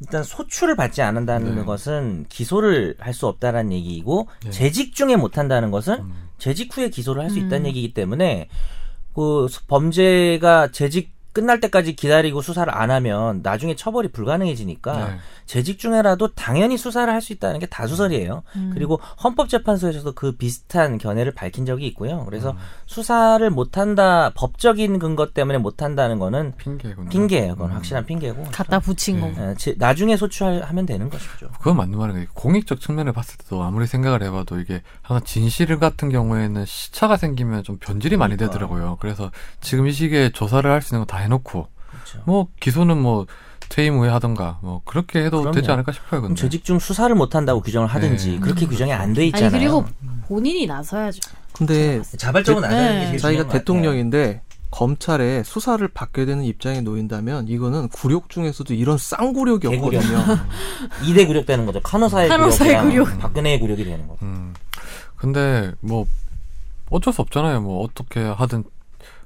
Speaker 2: 일단 소출을 받지 않는다는
Speaker 1: 네.
Speaker 2: 것은 기소를 할 수 없다라는 얘기이고
Speaker 1: 네. 음.
Speaker 2: 재직 중에 못 한다는 것은 재직 후에 기소를 할 수 있다는 얘기이기 때문에 그 수- 범죄가 재직 끝날 때까지 기다리고 수사를 안 하면 나중에 처벌이 불가능해지니까
Speaker 1: 네.
Speaker 2: 재직 중에라도 당연히 수사를 할 수 있다는 게 다수설이에요.
Speaker 5: 음.
Speaker 2: 그리고 헌법재판소에서도 그 비슷한 견해를 밝힌 적이 있고요. 그래서 수사를 못 한다 법적인 근거 때문에 못 한다는 거는
Speaker 1: 핑계군요.
Speaker 2: 핑계예요. 그건 확실한 핑계고.
Speaker 5: 갖다 붙인
Speaker 1: 네.
Speaker 5: 거고.
Speaker 2: 어, 지- 나중에 소추하면 되는 것이죠.
Speaker 1: 그건 맞는 말인 게 공익적 측면에 봤을 때도 아무리 생각을 해봐도 이게 하나 진실 같은 경우에는 시차가 생기면 좀 변질이 많이 되더라고요. 그래서 지금 이 시기에 조사를 할 수 있는 거 다 해놓고
Speaker 2: 그렇죠.
Speaker 1: 뭐 기소는 뭐 퇴임 후에 하던가 뭐 그렇게 해도 되지
Speaker 2: 그럼요.
Speaker 1: 않을까 싶어요.
Speaker 2: 그럼
Speaker 1: 근데
Speaker 2: 재직 중 수사를 못 한다고 규정을 하든지
Speaker 1: 네.
Speaker 2: 그렇게 규정이 안 돼 있잖아요.
Speaker 5: 아니 그리고 본인이 나서야죠.
Speaker 3: 근데
Speaker 2: 자발적으로
Speaker 5: 네.
Speaker 2: 나서는 게 제일
Speaker 3: 자기가
Speaker 2: 중요한 것 같아요.
Speaker 3: 대통령인데 검찰에 수사를 받게 되는 입장에 놓인다면 이거는 굴욕 중에서도 이런 쌍굴욕이
Speaker 2: 개굴욕.
Speaker 3: 없거든요.
Speaker 2: 2대 굴욕 되는 거죠. 카노사의
Speaker 5: 카노사의
Speaker 2: 굴욕이랑
Speaker 5: 굴욕.
Speaker 2: 박근혜의 굴욕이 되는 거죠.
Speaker 1: 음. 근데 뭐 어쩔 수 없잖아요. 뭐 어떻게 하든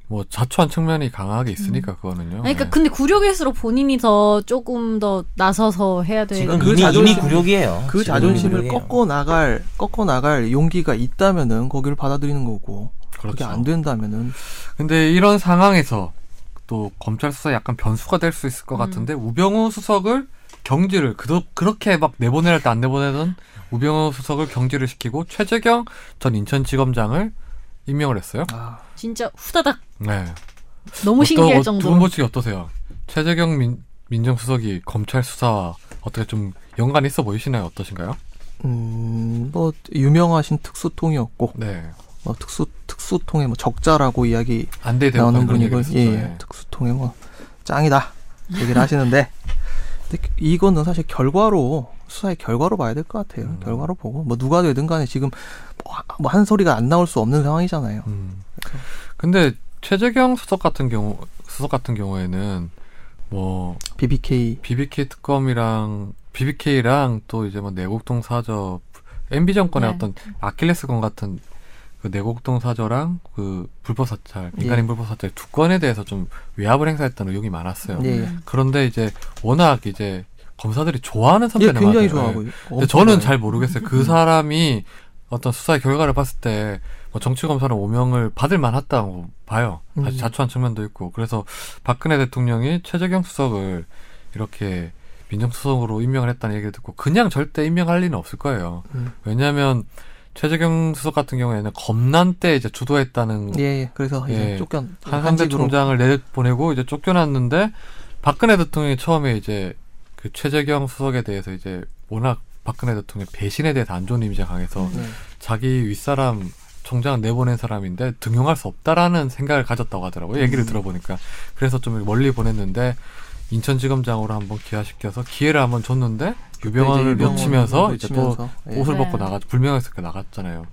Speaker 1: 뭐 자초한 측면이 강하게 있으니까
Speaker 2: 어.
Speaker 1: 그거는요.
Speaker 5: 아니, 그러니까
Speaker 1: 네.
Speaker 5: 근데 굴욕일수록 본인이 더 조금 더 나서서 해야 돼.
Speaker 2: 지금
Speaker 3: 그
Speaker 2: 이미, 이미
Speaker 3: 자존심-
Speaker 2: 굴욕이에요.
Speaker 3: 그
Speaker 2: 아, 지금
Speaker 3: 자존심을
Speaker 2: 굴욕이에요.
Speaker 3: 꺾어 나갈 꺾어 나갈 용기가 있다면은 거기를 받아들이는 거고 그게
Speaker 1: 그렇죠.
Speaker 3: 안 된다면은
Speaker 1: 근데 이런 상황에서 또 검찰 수사 약간 변수가 될 수 있을
Speaker 5: 음.
Speaker 1: 것 같은데 우병우 수석을 경질을 그, 그렇게 막 내보내랄 때 안 내보내던 우병우 수석을 경질을 시키고 최재경 전 인천지검장을 임명을 했어요.
Speaker 3: 아,
Speaker 5: 진짜 후다닥
Speaker 1: 네.
Speaker 5: 너무
Speaker 2: 어,
Speaker 5: 신기할
Speaker 1: 어, 두 분
Speaker 5: 정도로.
Speaker 1: 보시기 어떠세요? 최재경 민, 민정수석이 검찰 수사와 어떻게 좀 연관이 있어 보이시나요? 어떠신가요?
Speaker 3: 음뭐 유명하신 특수통이었고
Speaker 1: 네.
Speaker 3: 뭐 특수 특수통의 뭐 적자라고 이야기
Speaker 1: 안대에 대한
Speaker 3: 나오는
Speaker 1: 그런
Speaker 3: 분이고
Speaker 1: 얘기를
Speaker 3: 예,
Speaker 1: 했었죠.
Speaker 3: 예. 특수통에 뭐 짱이다 얘기를 하시는데 근데 이거는 사실 결과로 수사의 결과로 봐야 될 것 같아요.
Speaker 1: 음.
Speaker 3: 결과로 보고 뭐 누가 되든 간에 지금 뭐 한 소리가 안 나올 수 없는 상황이잖아요.
Speaker 1: 음.
Speaker 3: 그래서.
Speaker 1: 근데 최재경 수석 같은 경우 수석 같은 경우에는 뭐
Speaker 3: BBK
Speaker 1: BBK 특검이랑 BBK랑 또 이제 뭐 내곡동 사저 MB 정권의
Speaker 5: 네.
Speaker 1: 어떤 아킬레스건 같은 그 내곡동 사저랑 그 불법 사찰 민간인
Speaker 3: 예.
Speaker 1: 불법 사찰 두 건에 대해서 좀 외압을 행사했다는 의혹이 많았어요.
Speaker 3: 예, 예.
Speaker 5: 음.
Speaker 1: 그런데 이제 워낙 이제 검사들이 좋아하는
Speaker 3: 예,
Speaker 1: 선배는 많아요.
Speaker 3: 굉장히 좋아하고
Speaker 1: 예.
Speaker 3: 요 음.
Speaker 1: 근데 저는 잘 모르겠어요. 그 사람이 어떤 수사의 결과를 봤을 때 뭐 정치 검사는 오명을 받을 만하다고 봐요. 아주
Speaker 3: 음.
Speaker 1: 자초한 측면도 있고 그래서 박근혜 대통령이 최재경 수석을 이렇게 민정수석으로 임명을 했다는 얘기를 듣고 그냥 절대 임명할 리는 없을 거예요.
Speaker 3: 음.
Speaker 1: 왜냐하면 최재경 수석 같은 경우에는 검난 때 이제 주도했다는
Speaker 3: 예, 예. 그래서 이제
Speaker 1: 예.
Speaker 3: 쫓겨
Speaker 1: 한상대 총장을 내보내고 이제 쫓겨났는데 박근혜 대통령이 처음에 이제 그 최재경 수석에 대해서 이제 워낙 박근혜 대통령 배신에 대해서 안 좋은 이미지가 강해서
Speaker 3: 네.
Speaker 1: 자기 윗사람 총장 내보낸 사람인데 등용할 수 없다라는 생각을 가졌다고 하더라고요. 얘기를 들어보니까 그래서 좀 멀리 보냈는데 인천지검장으로 한번 기화시켜서 기회를 한번 줬는데 유병원을
Speaker 3: 유병원을
Speaker 1: 놓치면서 이제 또
Speaker 3: 놓치면서, 예.
Speaker 1: 옷을
Speaker 5: 네.
Speaker 1: 벗고 나가 불명예스럽게 나갔잖아요.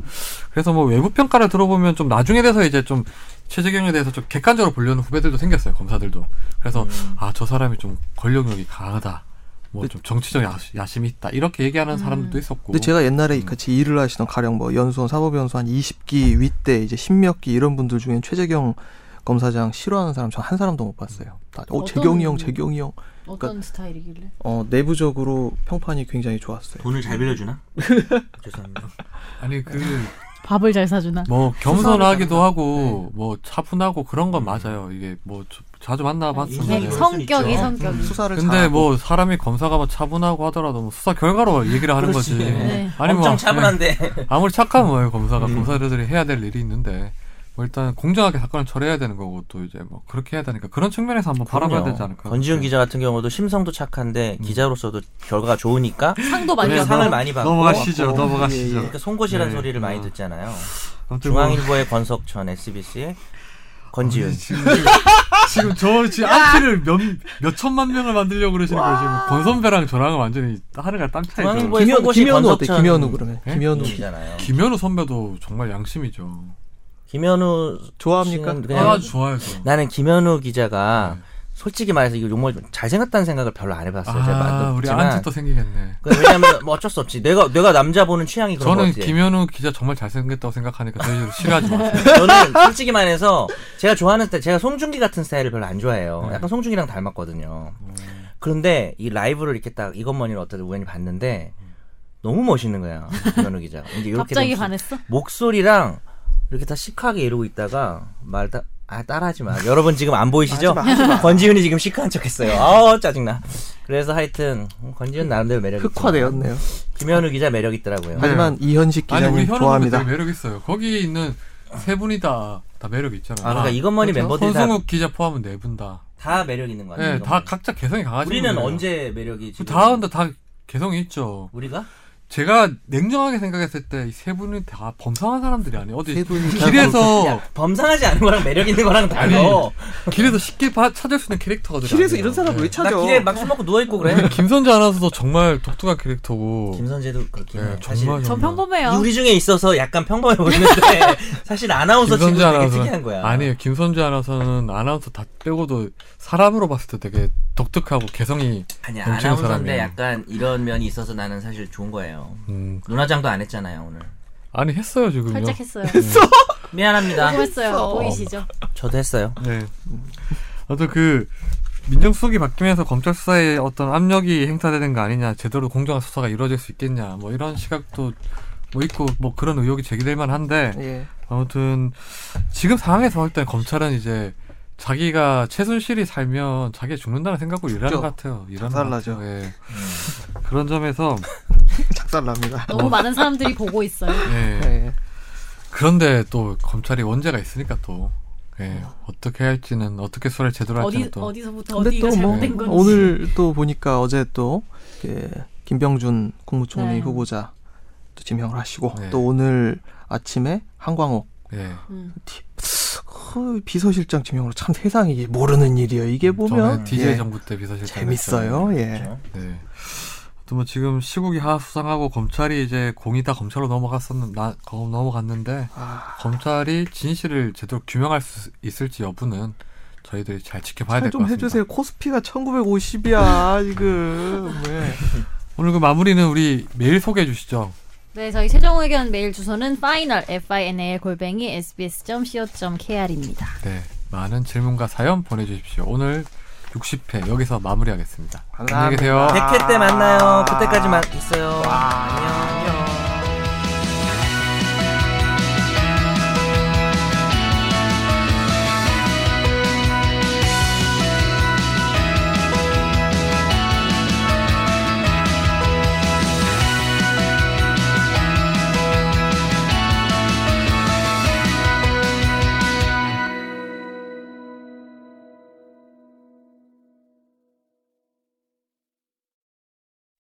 Speaker 1: 그래서 뭐 외부 평가를 들어보면 좀 나중에 돼서 이제 좀 최재경에 대해서 좀 객관적으로 보려는 후배들도 생겼어요. 검사들도. 그래서
Speaker 2: 음.
Speaker 1: 아 저 사람이 좀 권력력이 강하다. 뭐 좀 정치적 야, 심이 있다. 이렇게 얘기하는 사람들도 있었고.
Speaker 3: 근데 제가 옛날에 같이 일을 하시던 가령 뭐 연수원 사법연수 한 20기 윗대 이제 10몇기 이런 분들 중엔 최재경 검사장 싫어하는 사람 전 한 사람도 못 봤어요. 다, 어,
Speaker 5: 어떤-
Speaker 3: 재경이 형, 재경이 형.
Speaker 5: 어떤
Speaker 2: 그러니까
Speaker 5: 스타일이길래?
Speaker 3: 어, 내부적으로 평판이 굉장히 좋았어요.
Speaker 2: 돈을 잘 빌려주나? 죄송합니다.
Speaker 1: 아니 그
Speaker 5: 밥을 잘 사주나?
Speaker 1: 뭐 겸손하기도 하고 뭐 차분하고 그런 건 맞아요. 이게 뭐 저- 자주
Speaker 4: 아,
Speaker 2: 네,
Speaker 1: 만나봤었는데.
Speaker 5: 네,
Speaker 2: 그럴 성- 수
Speaker 5: 성격이
Speaker 2: 있죠.
Speaker 5: 성격이.
Speaker 3: 수사를
Speaker 1: 근데
Speaker 3: 잘하고.
Speaker 1: 뭐 사람이 검사가 뭐 차분하고 하더라도 뭐 수사 결과로 얘기를 하는
Speaker 2: 그렇지.
Speaker 1: 거지.
Speaker 2: 네.
Speaker 1: 아니 뭐
Speaker 2: 엄청 차분한데
Speaker 1: 네, 아무리 착하면 뭐예요 검사가
Speaker 2: 음.
Speaker 1: 검사들이 해야 될 일이 있는데 뭐 일단 공정하게 사건을 처리해야 되는 거고 또 이제 뭐 그렇게 해야 되니까 그런 측면에서 한번 바라봐야 되지 네. 음. 않을까.
Speaker 2: 어, 권지훈 기자 같은 경우도 심성도 착한데 기자로서도 결과가 좋으니까
Speaker 5: 상도 많이
Speaker 2: 그래서
Speaker 5: 받고.
Speaker 2: 상을 많이 받고
Speaker 1: 넘어가시죠.
Speaker 2: 왔고.
Speaker 1: 넘어가시죠.
Speaker 2: 그러니까 송곳이라는
Speaker 1: 네.
Speaker 2: 소리를 많이
Speaker 1: 아.
Speaker 2: 듣잖아요.
Speaker 1: 아무튼 뭐
Speaker 2: 중앙일보의 권석천, SBC의 권지윤.
Speaker 1: 지금, 지금 저 지금 안티를 몇몇 천만 명을 만들려고 그러시는 거예요. 지금 권 선배랑 저랑은 완전히 하늘과 땅 차이죠.
Speaker 2: 중앙일보의
Speaker 3: 김현,
Speaker 2: 송곳이
Speaker 3: 김현우 어때?
Speaker 2: 권석천
Speaker 3: 김현우 그러면.
Speaker 1: 예?
Speaker 3: 김현우.
Speaker 2: 이잖아요.
Speaker 1: 김현우 선배도 정말 양심이죠.
Speaker 2: 김현우
Speaker 3: 좋아합니까?
Speaker 2: 씨는 그냥
Speaker 1: 아 네. 좋아요. 저.
Speaker 2: 나는 김현우 기자가 솔직히 말해서 이거 욕먹을 좀 잘생겼다는 생각을 별로 안 해봤어요. 제가
Speaker 1: 아
Speaker 2: 말도
Speaker 1: 우리
Speaker 2: 없지만.
Speaker 1: 안티 또 생기겠네.
Speaker 2: 그 왜냐면 뭐 어쩔 수 없지. 내가 내가 남자 보는 취향이 그런
Speaker 1: 저는
Speaker 2: 것 같아.
Speaker 1: 김현우 기자 정말 잘생겼다고 생각하니까 저희를 싫어하지 마세요.
Speaker 2: 저는 솔직히 말해서 제가 좋아하는 스타일, 제가 송중기 같은 스타일을 별로 안 좋아해요.
Speaker 1: 네.
Speaker 2: 약간 송중기랑 닮았거든요. 그런데 이 라이브를 이렇게 딱 이것만이라 어떻게 우연히 봤는데 너무 멋있는 거야 김현우 기자. 이제 이렇게 음.
Speaker 5: 갑자기
Speaker 2: 된 수-
Speaker 5: 반했어?
Speaker 2: 목소리랑 이렇게 다 시크하게 이러고 있다가 말 다, 아, 따라하지 마. 여러분 지금 안 보이시죠? 권지윤이 지금 시크한 척 했어요. 아우, 짜증나. 그래서 하여튼, 권지윤 나름대로 매력이
Speaker 3: 흑화되었네요.
Speaker 2: 있지만 김현우 기자 매력 있더라고요.
Speaker 3: 하지만 이현식
Speaker 1: 아니 우리
Speaker 3: 기자님
Speaker 1: 현우 분
Speaker 3: 좋아합니다.
Speaker 1: 되게 매력 있어요. 거기 있는 세 분이 다. 다 매력 있잖아요. 그렇죠.
Speaker 2: 아, 그러니까 이것만이 멤버들이 다-
Speaker 1: 손승욱 기자 포함은 네 분 다.
Speaker 2: 다 매력 있는 거 아니에요?
Speaker 1: 네, 다 각자 개성이 강하시죠.
Speaker 2: 우리는 언제 매력이 지금?
Speaker 1: 다 근데 다 개성이 있죠.
Speaker 2: 우리가?
Speaker 1: 제가 냉정하게 생각했을 때 이 세 분이 다 범상한 사람들이 아니에요.
Speaker 3: 세
Speaker 1: 어디
Speaker 3: 분이 다
Speaker 1: 길에서
Speaker 2: 범상하지 않은 거랑 매력 있는 거랑
Speaker 1: 아니,
Speaker 2: 다르
Speaker 1: 길에서 쉽게 봐- 찾을 수 있는 캐릭터가
Speaker 3: 길에서 이런 사람 왜
Speaker 2: 나
Speaker 3: 찾아?
Speaker 2: 길에 막 술 먹고 누워있고 그래.
Speaker 1: 김선재 아나운서도 정말 독특한 캐릭터고
Speaker 2: 김선재도 그렇긴 해.
Speaker 1: 네,
Speaker 2: 사실
Speaker 1: 정말
Speaker 5: 전 평범해요.
Speaker 2: 우리 중에 있어서 약간 평범해 보이는데 사실 아나운서 친구
Speaker 1: 김선재
Speaker 2: 되게
Speaker 1: 아나운서
Speaker 2: 특이한 거야.
Speaker 1: 아니에요. 김선재 아나운서는 아나운서 다 빼고도 사람으로 봤을 때 되게 독특하고 개성이
Speaker 2: 아니
Speaker 1: 넘치는
Speaker 2: 아나운서인데
Speaker 1: 사람이에요.
Speaker 2: 약간 이런 면이 있어서 나는 사실 좋은 거예요.
Speaker 1: 음,
Speaker 2: 눈화장도 안 했잖아요 오늘.
Speaker 1: 아니 했어요 지금요.
Speaker 5: 살짝 했어요.
Speaker 2: 미안합니다.
Speaker 4: 네.
Speaker 5: 궁금했어요. 보이시죠?
Speaker 2: 저도 음. 했어요.
Speaker 1: 네. 아무튼 그 민정수석이 바뀌면서 검찰 수사에 어떤 압력이 행사되는 거 아니냐, 제대로 공정한 수사가 이루어질 수 있겠냐, 뭐 이런 시각도 뭐 있고 뭐 그런 의혹이 제기될 만한데
Speaker 3: 예.
Speaker 1: 아무튼 지금 상황에서 볼 땐 검찰은 이제 자기가 최순실이 살면 자기가 죽는다는 생각으로 일하는
Speaker 3: 죽죠.
Speaker 1: 것 같아요. 일하는 것
Speaker 3: 자살나죠. 음.
Speaker 1: 같아요. 예. 그런 점에서
Speaker 3: 작살납니다.
Speaker 5: 너무 많은 사람들이 보고 있어요.
Speaker 1: 예.
Speaker 3: 예.
Speaker 1: 그런데 또 검찰이 원죄가 있으니까 또 예. 어떻게 할지는 어떻게 수사를 제대로
Speaker 5: 어디
Speaker 1: 할지는 또
Speaker 5: 어디서부터
Speaker 3: 근데
Speaker 5: 어디가
Speaker 3: 또 뭐
Speaker 5: 잘못된 건지.
Speaker 3: 오늘 또 보니까 어제 또 예, 김병준 국무총리
Speaker 5: 네.
Speaker 3: 후보자 또 지명을 하시고
Speaker 1: 네.
Speaker 3: 또 오늘 아침에 한광옥
Speaker 1: 예.
Speaker 5: 음.
Speaker 3: 그 비서실장 지명으로 참 세상에 이게 모르는 일이에요. 이게
Speaker 1: 저는
Speaker 3: 보면
Speaker 1: DJ
Speaker 3: 예,
Speaker 1: 음, 정부 때 비서실장
Speaker 3: 재밌어요. 예.
Speaker 2: 그렇죠.
Speaker 1: 네. 또 뭐 지금 시국이 하수상하고 검찰이 이제 공이 다 검찰로 넘어갔었는 나 거- 넘어갔는데
Speaker 3: 아,
Speaker 1: 검찰이 진실을 제대로 규명할 수 있을지 여부는 저희들이 잘 지켜봐야 될 것
Speaker 3: 좀
Speaker 1: 같습니다.
Speaker 3: 해주세요. 코스피가 1950이야 지금. 예.
Speaker 1: 오늘 그 마무리는 우리 메일 소개해 주시죠.
Speaker 4: 네, 저희 최종 의견 메일 주소는 final f i n a l 골뱅이 s b s c o k r 입니다.
Speaker 1: 네. 많은 질문과 사연 보내주십시오. 오늘 60회 여기서 마무리하겠습니다. 안녕히 계세요.
Speaker 3: 감사합니다.
Speaker 2: 100회 때 만나요. 그때까지 만 있어요. 안녕.